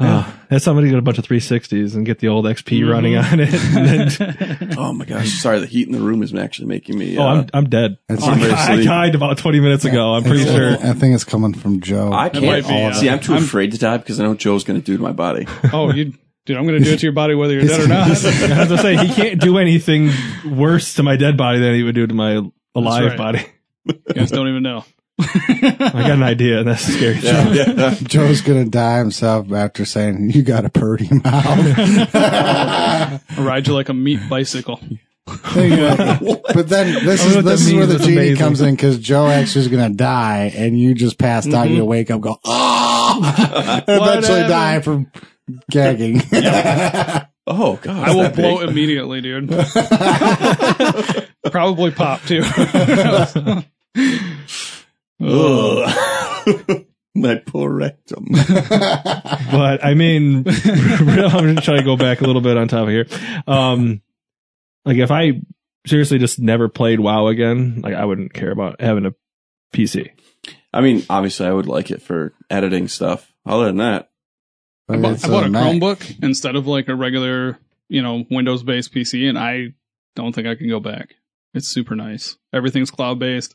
Uh, that's somebody get a bunch of 360s and get the old XP Mhm. running on it. and then- Oh my gosh! Sorry, the heat in the room is actually making me. Uh, Oh, I'm, I'm dead. It's I, Somebody's I sleeping. died about 20 minutes ago. I'm pretty it's- sure. I think it's coming from Joe. I That can't. Oh, might be, uh, see, I'm too I'm- afraid to die because I know what Joe's going to do to my body. oh, you dude, I'm gonna do it to your body whether you're dead or not. I was gonna say he can't do anything worse to my dead body than he would do to my alive right. body. you guys don't even know. I got an idea, and that's scary. Yeah, yeah. Joe's gonna die himself after saying you got a purdy mouth. I ride you like a meat bicycle. But then this I don't know is what that this is where means. the It's genie amazing. comes in because Joe actually is gonna die, and you just passed Mm-hmm. out. You wake up, go ah, and What eventually happened? die from gagging. Oh god! I will that big. blow immediately, dude. Probably pop too. Ugh. my poor rectum. but I mean, I'm just trying to go back a little bit on top of here. Um, like if I seriously just never played WoW again, like I wouldn't care about having a PC. I mean, obviously, I would like it for editing stuff. Other than that, I But bought, it's I bought a Mac. Chromebook instead of like a regular, you know, Windows based PC, and I don't think I can go back. It's super nice. Everything's cloud based.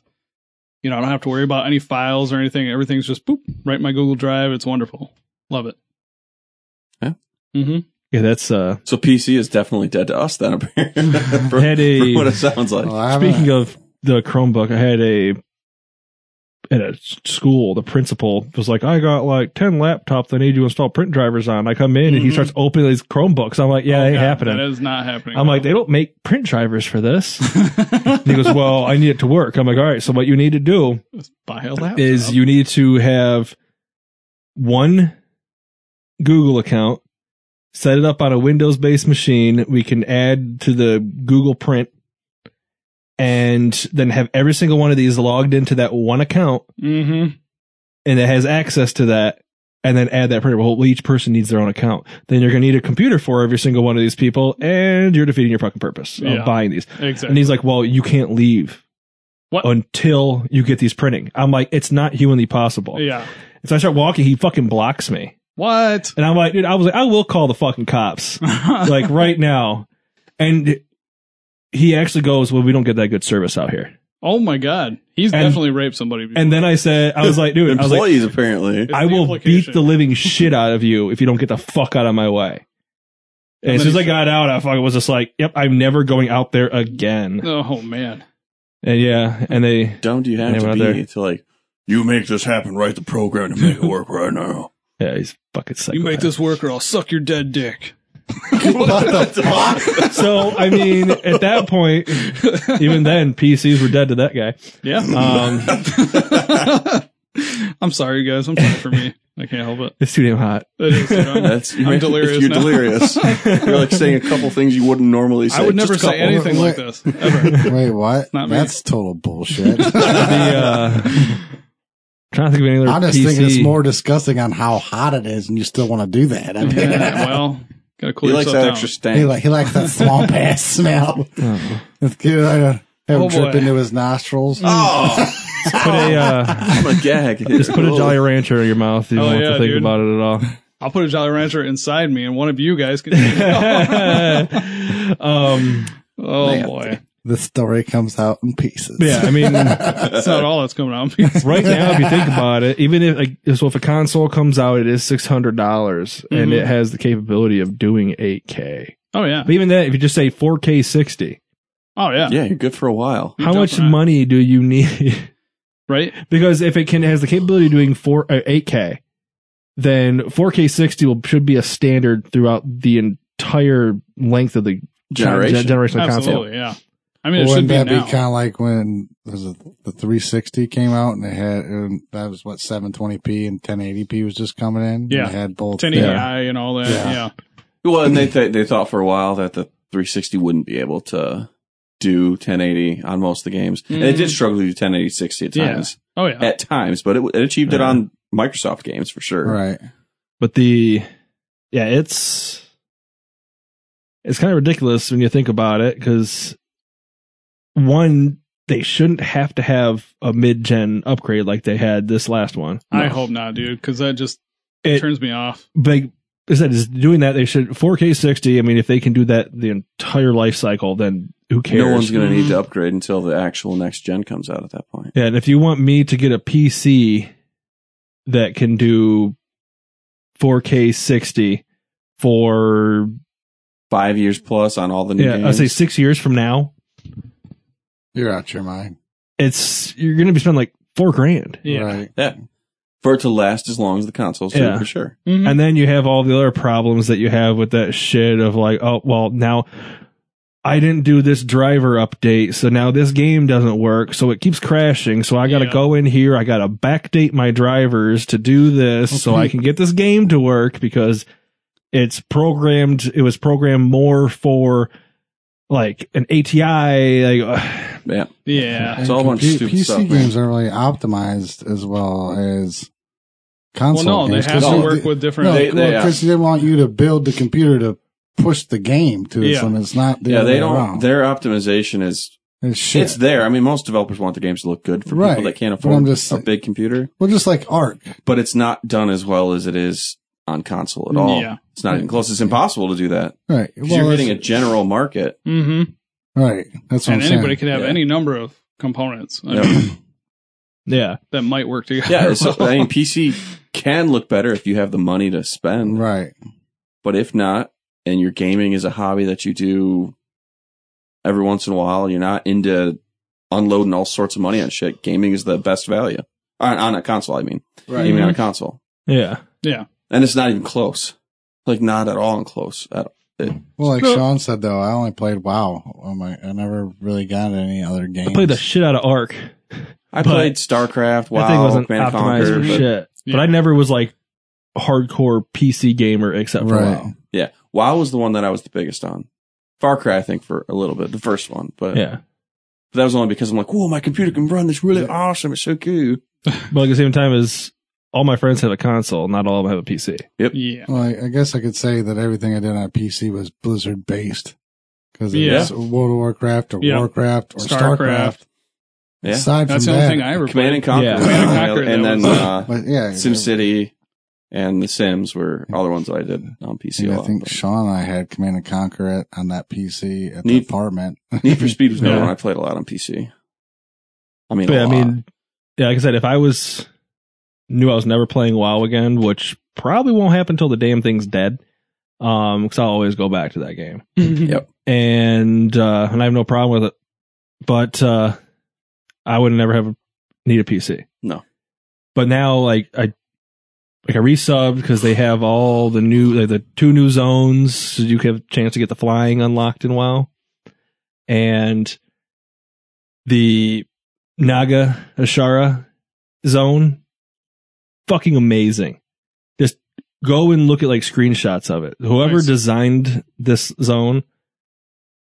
You know, I don't have to worry about any files or anything. Everything's just boop right in my Google Drive. It's wonderful. Love it. Yeah. hmm Yeah, that's uh. so PC is definitely dead to us. Then apparently, for, Had a- for what it sounds like. Well, Oh, Uh, I haven't- Speaking of the Chromebook, I had a at a school. The principal was like, "I got like ten laptops. I need you to install print drivers on." I come in and he Mhm. starts opening these Chromebooks. I'm like, "Yeah, Oh, ain't God, happening." That is not happening. I'm like, they don't make print drivers for this. And he goes, well, I need it to work. I'm like, all right. So what you need to do buy a laptop. is you need to have one Google account, set it up on a Windows based machine. We can add to the Google print and then have every single one of these logged into that one account hmm and it has access to that and then add that printer. Well, each person needs their own account. Then you're going to need a computer for every single one of these people and you're defeating your fucking purpose of Yeah. buying these. And Exactly. he's like, well, you can't leave What? until you get these printing. I'm like, it's not humanly possible. Yeah. So I start walking. He fucking blocks me. What? And I'm like, dude, I was like, I will call the fucking cops like right now. And he actually goes, well, we don't get that good service out here. oh my God. He's And- definitely raped somebody. Before. And then I said, I was like, dude, I was like, Employees apparently. It's I the will beat implication. the living shit out of you if you don't get the fuck out of my way. And And as then soon as I he- got out, I fucking was just like, yep, I'm never going out there again. Oh man. And yeah, and they, Don't you have Yeah, we're to not be there. to like you make this happen? Write the program to make it work right now. yeah, he's fucking psycho. You make this work or I'll suck your dead dick. what the fuck? So I mean, at that point, even then, PCs were dead to that guy. Yeah. Um, I'm sorry, guys. I'm sorry for me. I can't help it. it's too damn hot. It is, you know? That's you're, I'm delirious You're now. delirious. you're like saying a couple things you wouldn't normally say. I would never Just a say couple. anything like this ever. Wait, what? Not me. That's total bullshit. The uh, trying to think of any other I just PC. think it's more disgusting on how hot it is, and you still want to do that. I mean, Yeah, well, Gotta cool He likes yourself that down. extra stank. He like he likes that swamp ass smell. It's good. I don't have Mm. Oh, it drip boy. Mm. into his nostrils. oh, Put a uh, I'm a gag. just put a Oh. Jolly Rancher in your mouth. You Oh, don't have yeah, to think dude. about it at all. I'll put a Jolly Rancher inside me, and one of you guys can. take it out. um, oh Man. boy, The story comes out in pieces. yeah, I mean, that's not all that's coming out. right now, if you think about it, even if like, so, if a console comes out, it is six hundred dollars, and Mhm. it has the capability of doing eight K. oh yeah, But even that, if you just say four K sixty, oh yeah, Yeah, you're good for a while. You're how done much for that, money do you need? Right? because if it can has the capability of doing four uh, eight K, then four K sixty will should be a standard throughout the entire length of the Generation. gen- generation of console. Absolutely, yeah. I mean, it should Wouldn't be that be now. kind of like when was it the 360 came out and it had and that was what 720p and 1080p was just coming in. Yeah. it had both. 1080i and all that. Yeah. Yeah. Well, and they th- they thought for a while that the 360 wouldn't be able to do 1080 on most of the games, and it did struggle to do 1080 60 at Mm. Yeah. times. Oh yeah. At times, but it, it achieved it on Microsoft games for sure. Right. But the yeah, it's it's kind of ridiculous when you think about it because one they shouldn't have to have a mid-gen upgrade like they had this last one. I hope not, dude, because that just It- turns me off. But is that is doing that they should 4K 60. I mean, if they can do that the entire life cycle, then who cares? No one's going to need Mhm. to upgrade until the actual next gen comes out at that point. Yeah, and if you want me to get a PC that can do 4K 60 for Five years plus on all the new yeah, I games. say six years from now, You're out your mind. it's you're gonna be spending like four grand, Yeah. Right. yeah. For it to last as long as the consoles, Yeah. yeah. for sure. Mhm. and then you have all the other problems that you have with that shit of like, oh well, now I didn't do this driver update, so now this game doesn't work, so it keeps crashing. So I got to Yeah. go in here, I got to backdate my drivers to do this, so Okay. I can get this game to work because it's programmed. It was programmed more for like an ATI, like. ugh. Yeah. yeah. It's all a bunch of stupid PC stuff, man. games are really optimized as well as Well, console no, they games, have 'cause to you- work with different. No, They- because they- they, want you to build the computer to push the game to its Yeah. limit. It's not the Yeah, other they way don't. around. Their optimization is It's shit. it's there. I mean, most developers want their games to look good for Right. people that can't But I'm afford just a saying- big computer. well, just like Arc. but it's not done as well as it is on console at all. Yeah. It's not even close. It's impossible to do that Right. 'Cause Well, you're hitting a that's- general market. Mm-hmm. Right. That's what And I'm anybody saying. can have Yeah. any number of components I Yep. mean, Yeah, that might work together. yeah, so, I mean, PC can look better if you have the money to spend, Right. but if not, and your gaming is a hobby that you do every once in a while, you're not into unloading all sorts of money on shit. Gaming is the best value on, on a console. I mean, Right. gaming on a console, yeah. and it's not even close. Like not at all close. At Well, like No. Sean said, though, I only played WoW. on my I never really got any other games. I played the shit out of Arc. I But played StarCraft. Wow, that thing wasn't Command and optimized Conquer, for but- shit. Yeah. But I never was like a hardcore PC gamer except for Right. WoW. Yeah. WoW was the one that I was the biggest on. Far Cry, I think, for a little bit, the first one. But Yeah. that was only because I'm like, whoa, my computer can run this really awesome. It's so cool. But at the same time as all my friends have a console, not all of them have a PC. yeah. Well, I, I guess I could say that everything I did on PC was Blizzard based because it Yeah. was World of Warcraft or Yeah. Warcraft or StarCraft. StarCraft. Yeah. Aside That's the from only that, thing I ever Command and played. Conquer. Yeah. Command and Conquer, and that then was- uh, But yeah, SimCity and The Sims were all the ones that I did on PC Yeah, a I lot. think but- Sean and I had Command and Conquer it on that PC at Need- the apartment. Need for Speed was another Yeah. one I played a lot on PC. I mean, But a I lot. mean, yeah, like I said, if I was knew I was never playing WoW again, which probably won't happen until the damn thing's dead, um, because I'll always go back to that game. Yep. and uh and I have no problem with it. But uh I would never have need a PC. No. But now like I like I resubbed because they have all the new like the two new zones, so you have a chance to get the flying unlocked in WoW. And the Naga Ashara zone fucking amazing. Just go and look at like screenshots of it. Whoever Nice. designed this zone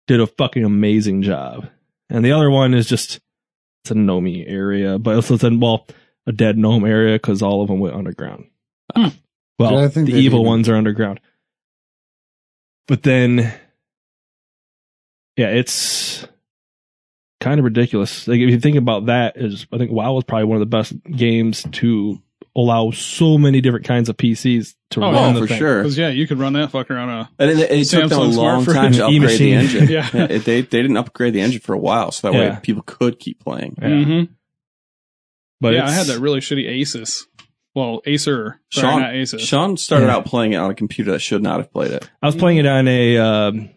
did a fucking amazing job. And the other one is just it's a Nomi area, but also it's in well a dead gnome area because all of them went underground. Hmm. Well, Yeah, I think the they've evil even- ones are underground. But then, yeah, it's kind of ridiculous. Like if you think about that, is I think WoW was probably one of the best games to allow so many different kinds of PCs to Oh, run yeah, the for thing. sure. Because yeah, you could run that fucker on a And it, it took them a Samsung's long smartphone. time to upgrade the E-machine. engine. yeah. Yeah, it- they they didn't upgrade the engine for a while, so that Yeah. way people could keep playing. Yeah. Mhm. Mm-hmm. But yeah, I it's- had that really shitty Asus. Well, Acer, sorry, Sean- not Asus. Sean started Yeah. out playing it on a computer that should not have played it. I was playing it on a. Um,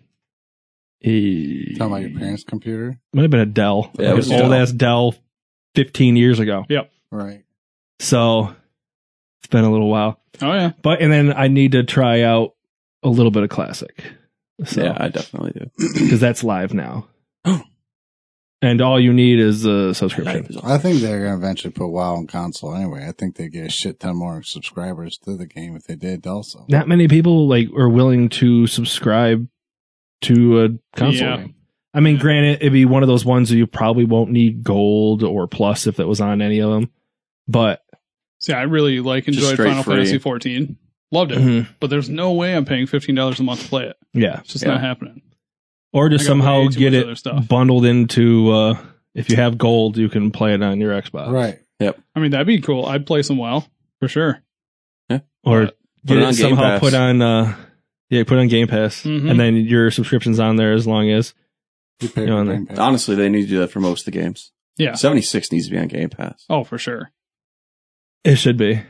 a Talking about your parents' computer, might have been a Dell. Yeah, it Like was an a old Dell. ass Dell, fifteen years ago. right? So it's been a little while. Oh yeah, But and then I need to try out a little bit of classic. So Yeah, I definitely do. because that's live now. and all you need is a subscription. I think they're gonna eventually put WoW on console anyway. I think they get a shit ton more subscribers to the game if they did also. Not many people like are willing to subscribe to a console Yeah. game. I mean, Yeah. granted, it'd be one of those ones that you probably won't need gold or plus if that was on any of them. But see, I really like Just enjoyed straight Final free. Fantasy 14. Loved Mm-hmm. it, Mm-hmm. but there's no way I'm paying fifteen dollars a month to play it. yeah, It's just Yeah. not happening. or just I got way somehow too get much other it stuff. bundled into. uh If you have gold, you can play it on your Xbox, Right. I mean, that'd be cool. I'd play some WoW for sure. Or Put get it it, on Game somehow Pass. put on. uh yeah, put on Game Pass, Mhm. and then your subscription's on there as long as You pay You know, for and Game Pass. Honestly, they need to do that for most of the games. Yeah. 76 needs to be on Game Pass. Oh, for sure. It should be.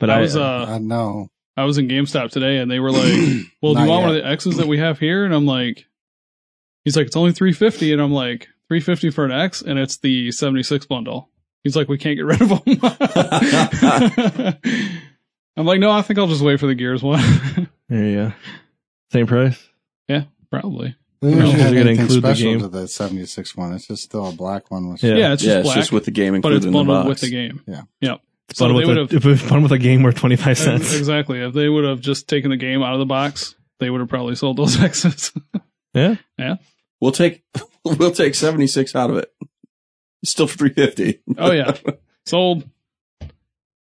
But I I, was uh, I know. I was in GameStop today, and they were like, "Well, do Not you want yet. one of the X's that we have here?" And I'm like, "He's like, it's only three fifty, and I'm like, three fifty for an X, and it's the seventy six bundle." He's like, "We can't get rid of them." I'm like, "No, I think I'll just wait for the Gears one." there you go. Same price. Probably. They No. don't They're have gonna anything include the special game. to the 76 one. It's just still a black one. With Yeah. Yeah, it's just yeah, it's black, just with the game but included it's in the bundled box. with the game. Yeah. Yep. It's So fun, they with a, would've- if it's fun with a game worth 25 cents. Exactly. If they would have just taken the game out of the box, they would have probably sold those X's. Yeah. We'll take we'll take 76 out of it. It's still 350. oh yeah, sold.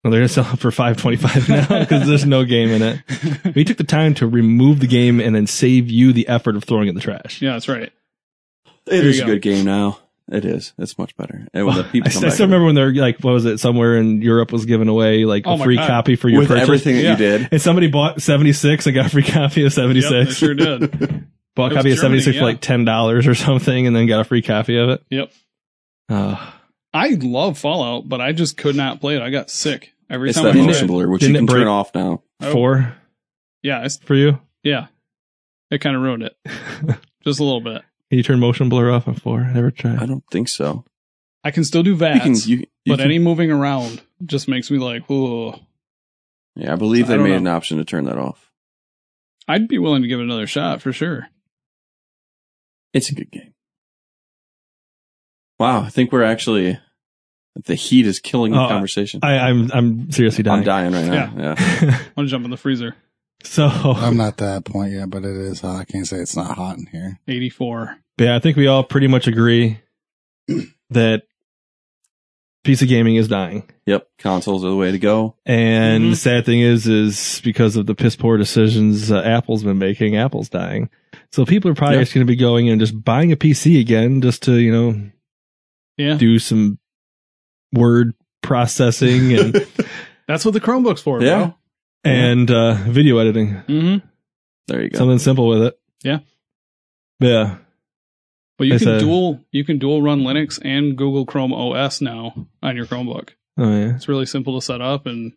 Well, they're going to sell it for 525 now because there's no game in it. We took the time to remove the game and then save you the effort of throwing it in the trash. Yeah, that's right. It There is you a go. good game now. It is. It's much better. And when the I, people come I back still remember when they were like, what was it? Somewhere in Europe was giving away like Oh a my free God. copy for your with purchase. everything that Yeah. you did. And somebody bought 76 and got a free copy of Yep, 76. they sure did. bought It a was copy of Germany, 76 yeah. for like $10 or something and then got a free copy of it. Yep. Uh, I love Fallout, but I just could not play it. I got sick every It's time I that played motion it. blur, which you can Didn't it break- turn off now. Oh. Four Yeah, it's, for you? yeah, it kind of ruined it just a little bit. Can you turn motion blur off on four? I never tried. I don't think so. I can still do You can, VATS, you, you but can- any moving around just makes me like, ooh. yeah, I believe I they don't made know. an option to turn that off. I'd be willing to give it another shot for sure. It's a good game. Wow, I think we're actually the heat is killing the Oh, I- conversation. I, I'm I'm seriously dying. I'm dying right now. Yeah. I want to jump in the freezer. so I'm not to that point yet, but it is hot. I can't say it's not hot in here. 84. yeah, I think we all pretty much agree that PC gaming is dying. Yep. Consoles are the way to go. And Mhm. the sad thing is, is because of the piss poor decisions uh, Apple's been making, Apple's dying. So people are probably Yeah. just going to be going and just buying a PC again, just to you know Yeah. do some word processing and That's what the Chromebook's for, Yeah. and uh, video editing. bro. Mm-hmm. There you go. Something simple with it. Yeah. Yeah. But you It's can a- dual you can dual run Linux and Google Chrome OS now on your Chromebook. Oh yeah. It's really simple to set up and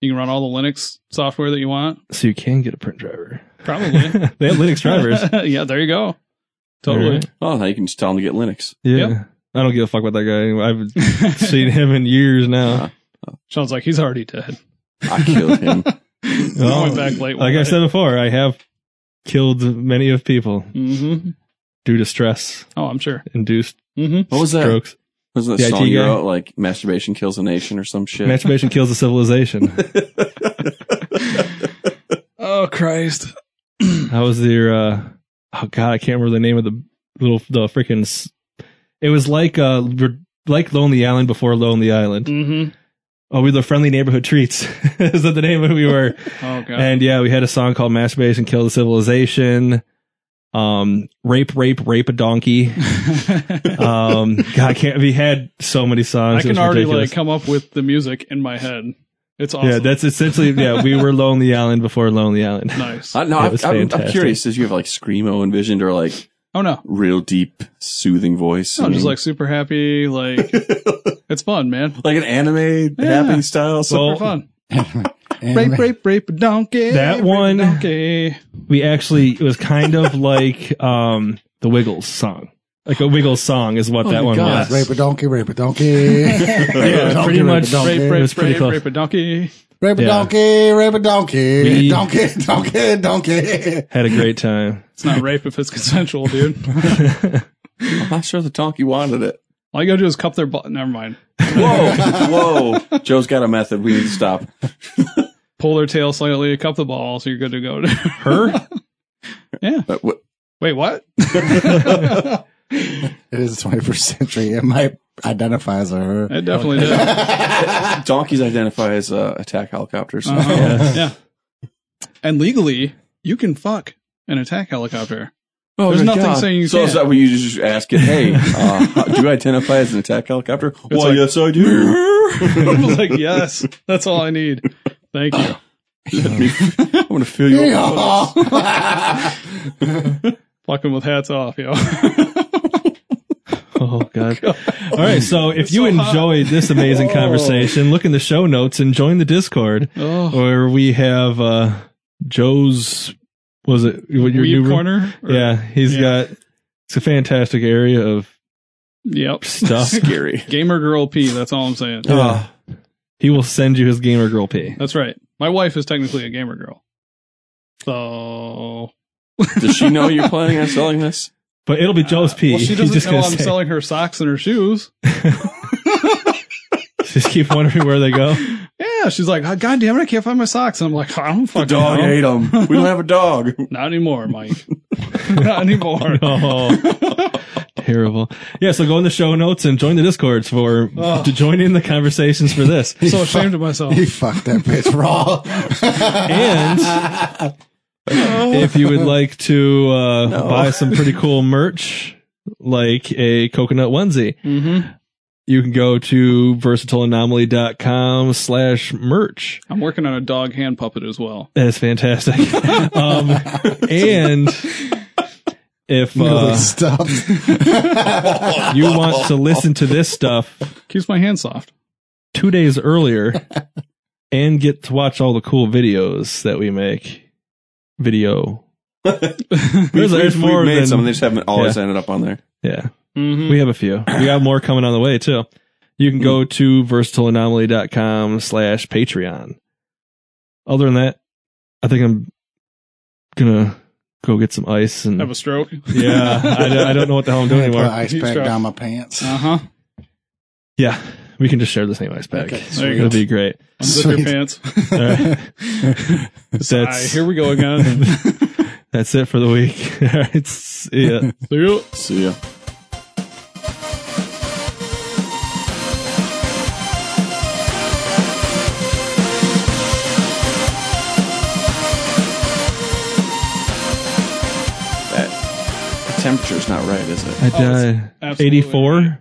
you can run all the Linux software that you want. So you can get a print driver. Probably. they have Linux drivers. yeah, there you go. Totally. Right. Oh, now you can just tell them to get Linux. Yeah. Yep. I don't give a fuck about that guy. anyway. I've seen him in years now. Sean's like, he's already dead. I killed him. Oh, went back late. Like I said before, I have killed many of people Mm-hmm. due to stress Oh, I'm sure. induced Mm-hmm. What was that? strokes. Was that The IT song you guy? wrote like "Masturbation Kills a Nation" or some shit? Masturbation kills a civilization. Oh Christ. How was your uh oh god, I can't remember the name of the little the freaking s- it was like uh re- like Lonely Island before Lonely Island. Mm-hmm. Oh, we the friendly neighborhood treats. Is that the name of who we were? Oh god. And yeah, we had a song called Masturbation and Kill the Civilization. Um, rape, rape, rape a donkey. Um, God, I can't, we had so many songs. it I was can already ridiculous. like come up with the music in my head. It's awesome. yeah, that's essentially, yeah, we were Lonely Island before Lonely Island. nice. I, no, That I'm, was I'm, I'm fantastic. curious. Did you have like screamo envisioned or like oh no. real deep soothing voice? No, I I'm just mean, like super happy. Like it's fun, man. like an anime Yeah. napping style. So Super fun. Anime. rape, rape a donkey. That rape a one- Donkey. We actually, it was kind of like, um, the Wiggles song. Like a Wiggles song is what that one was. God, Rape a donkey, rape a donkey. yeah, pretty much Rape, It rape, was pretty rape, close. rape a donkey. Rape a Yeah. donkey, rape a donkey, We- donkey, donkey, donkey. Had a great time. It's not rape if it's consensual, dude. I'm not sure the donkey wanted it. All you gotta do is cup their butt. Never mind. Whoa, whoa! Joe's got a method. We need to stop. Pull their tail slightly, cup the ball, so you're good to go. Her? But what- Wait, what? It is the 21st century. It might identify as a her. It definitely did. donkeys identify as uh, attack helicopters. Uh-huh. Yeah. And legally, you can fuck an attack helicopter. Oh, There's good nothing saying you so is can't. that what you just ask it? Hey, uh, do you identify as an attack helicopter? Well, like- yes, I do. I was like, yes, that's all I need. Thank you. I'm gonna fill you up. Fucking with hats off, yo. Oh God. All right. So Oh. if you enjoyed this amazing conversation, look in the show notes and join the Discord oh, where we have, uh, Joe's, was it what, your new weed room? corner? Or- Yeah. he's Yeah. got, it's a fantastic area of Yep. stuff. Scary. Gamer girl P. That's all I'm saying. Yeah. Uh, He will send you his gamer girl pee. That's right. My wife is technically a gamer girl. So. Does she know you're planning on selling this? But it'll be Joe's pee. Uh, Well, she He's doesn't just know gonna I'm say- selling her socks and her shoes. Just keep wondering where they go. Yeah, she's like, oh, God damn it, I can't find my socks. And I'm like, I don't The fucking dog know. ate them. We don't have a dog. Not anymore, Mike. Not anymore. Oh, terrible. Yeah, so go in the show notes and join the discords for Oh. to join in the conversations for this. So ashamed of myself. He fucked that bitch raw. And if you would like to uh, buy some pretty cool merch, like a coconut onesie, Mm-hmm. you can go to versatileanomaly.com slash merch. I'm working on a dog hand puppet as well. That is fantastic. um, and if uh, Stop. you want to listen to this stuff Keeps my hand soft. two days earlier and get to watch all the cool videos that we make, video. We- There's- there's we- more we've made than- some. They just haven't always ended up on there. Yeah, Mm-hmm. we have a few. We got more coming on the way too. You can Hmm. go to versatileanomaly.com slash Patreon. Other than that, I think I'm gonna go get some ice and Mm-hmm. Have a stroke. Uh-huh. yeah, I, don't- I don't know what the hell I'm doing Put anymore. ice He's pack drunk. down my pants. Uh huh. Yeah, we can just share the same ice bag. Okay, There you It'll go. be great. Unzip your Sweet. pants. All right. Sigh. that's Here we go again. that's it for the week. All right, see ya. See you. See ya. That the temperature's not right, is it? I died. absolutely 84.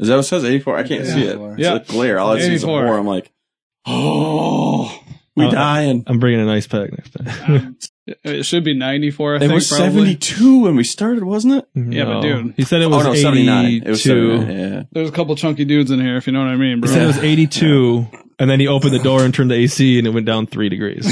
Is that what it says? 84? I can't see it. It's Yeah. a glare. All I see is a 84. four. I'm like, oh, we Uh, dying. I'm bringing an ice pack next time. Um, it- it should be 94, I It think, was probably. 72 when we started, wasn't it? Yeah, but No. dude. He said it Oh was no, 82. 79. It was 79. Yeah. There's a couple chunky dudes in here, if you know what I mean, He bro. said it was 82, and then he opened the door and turned the AC, and it went down three degrees.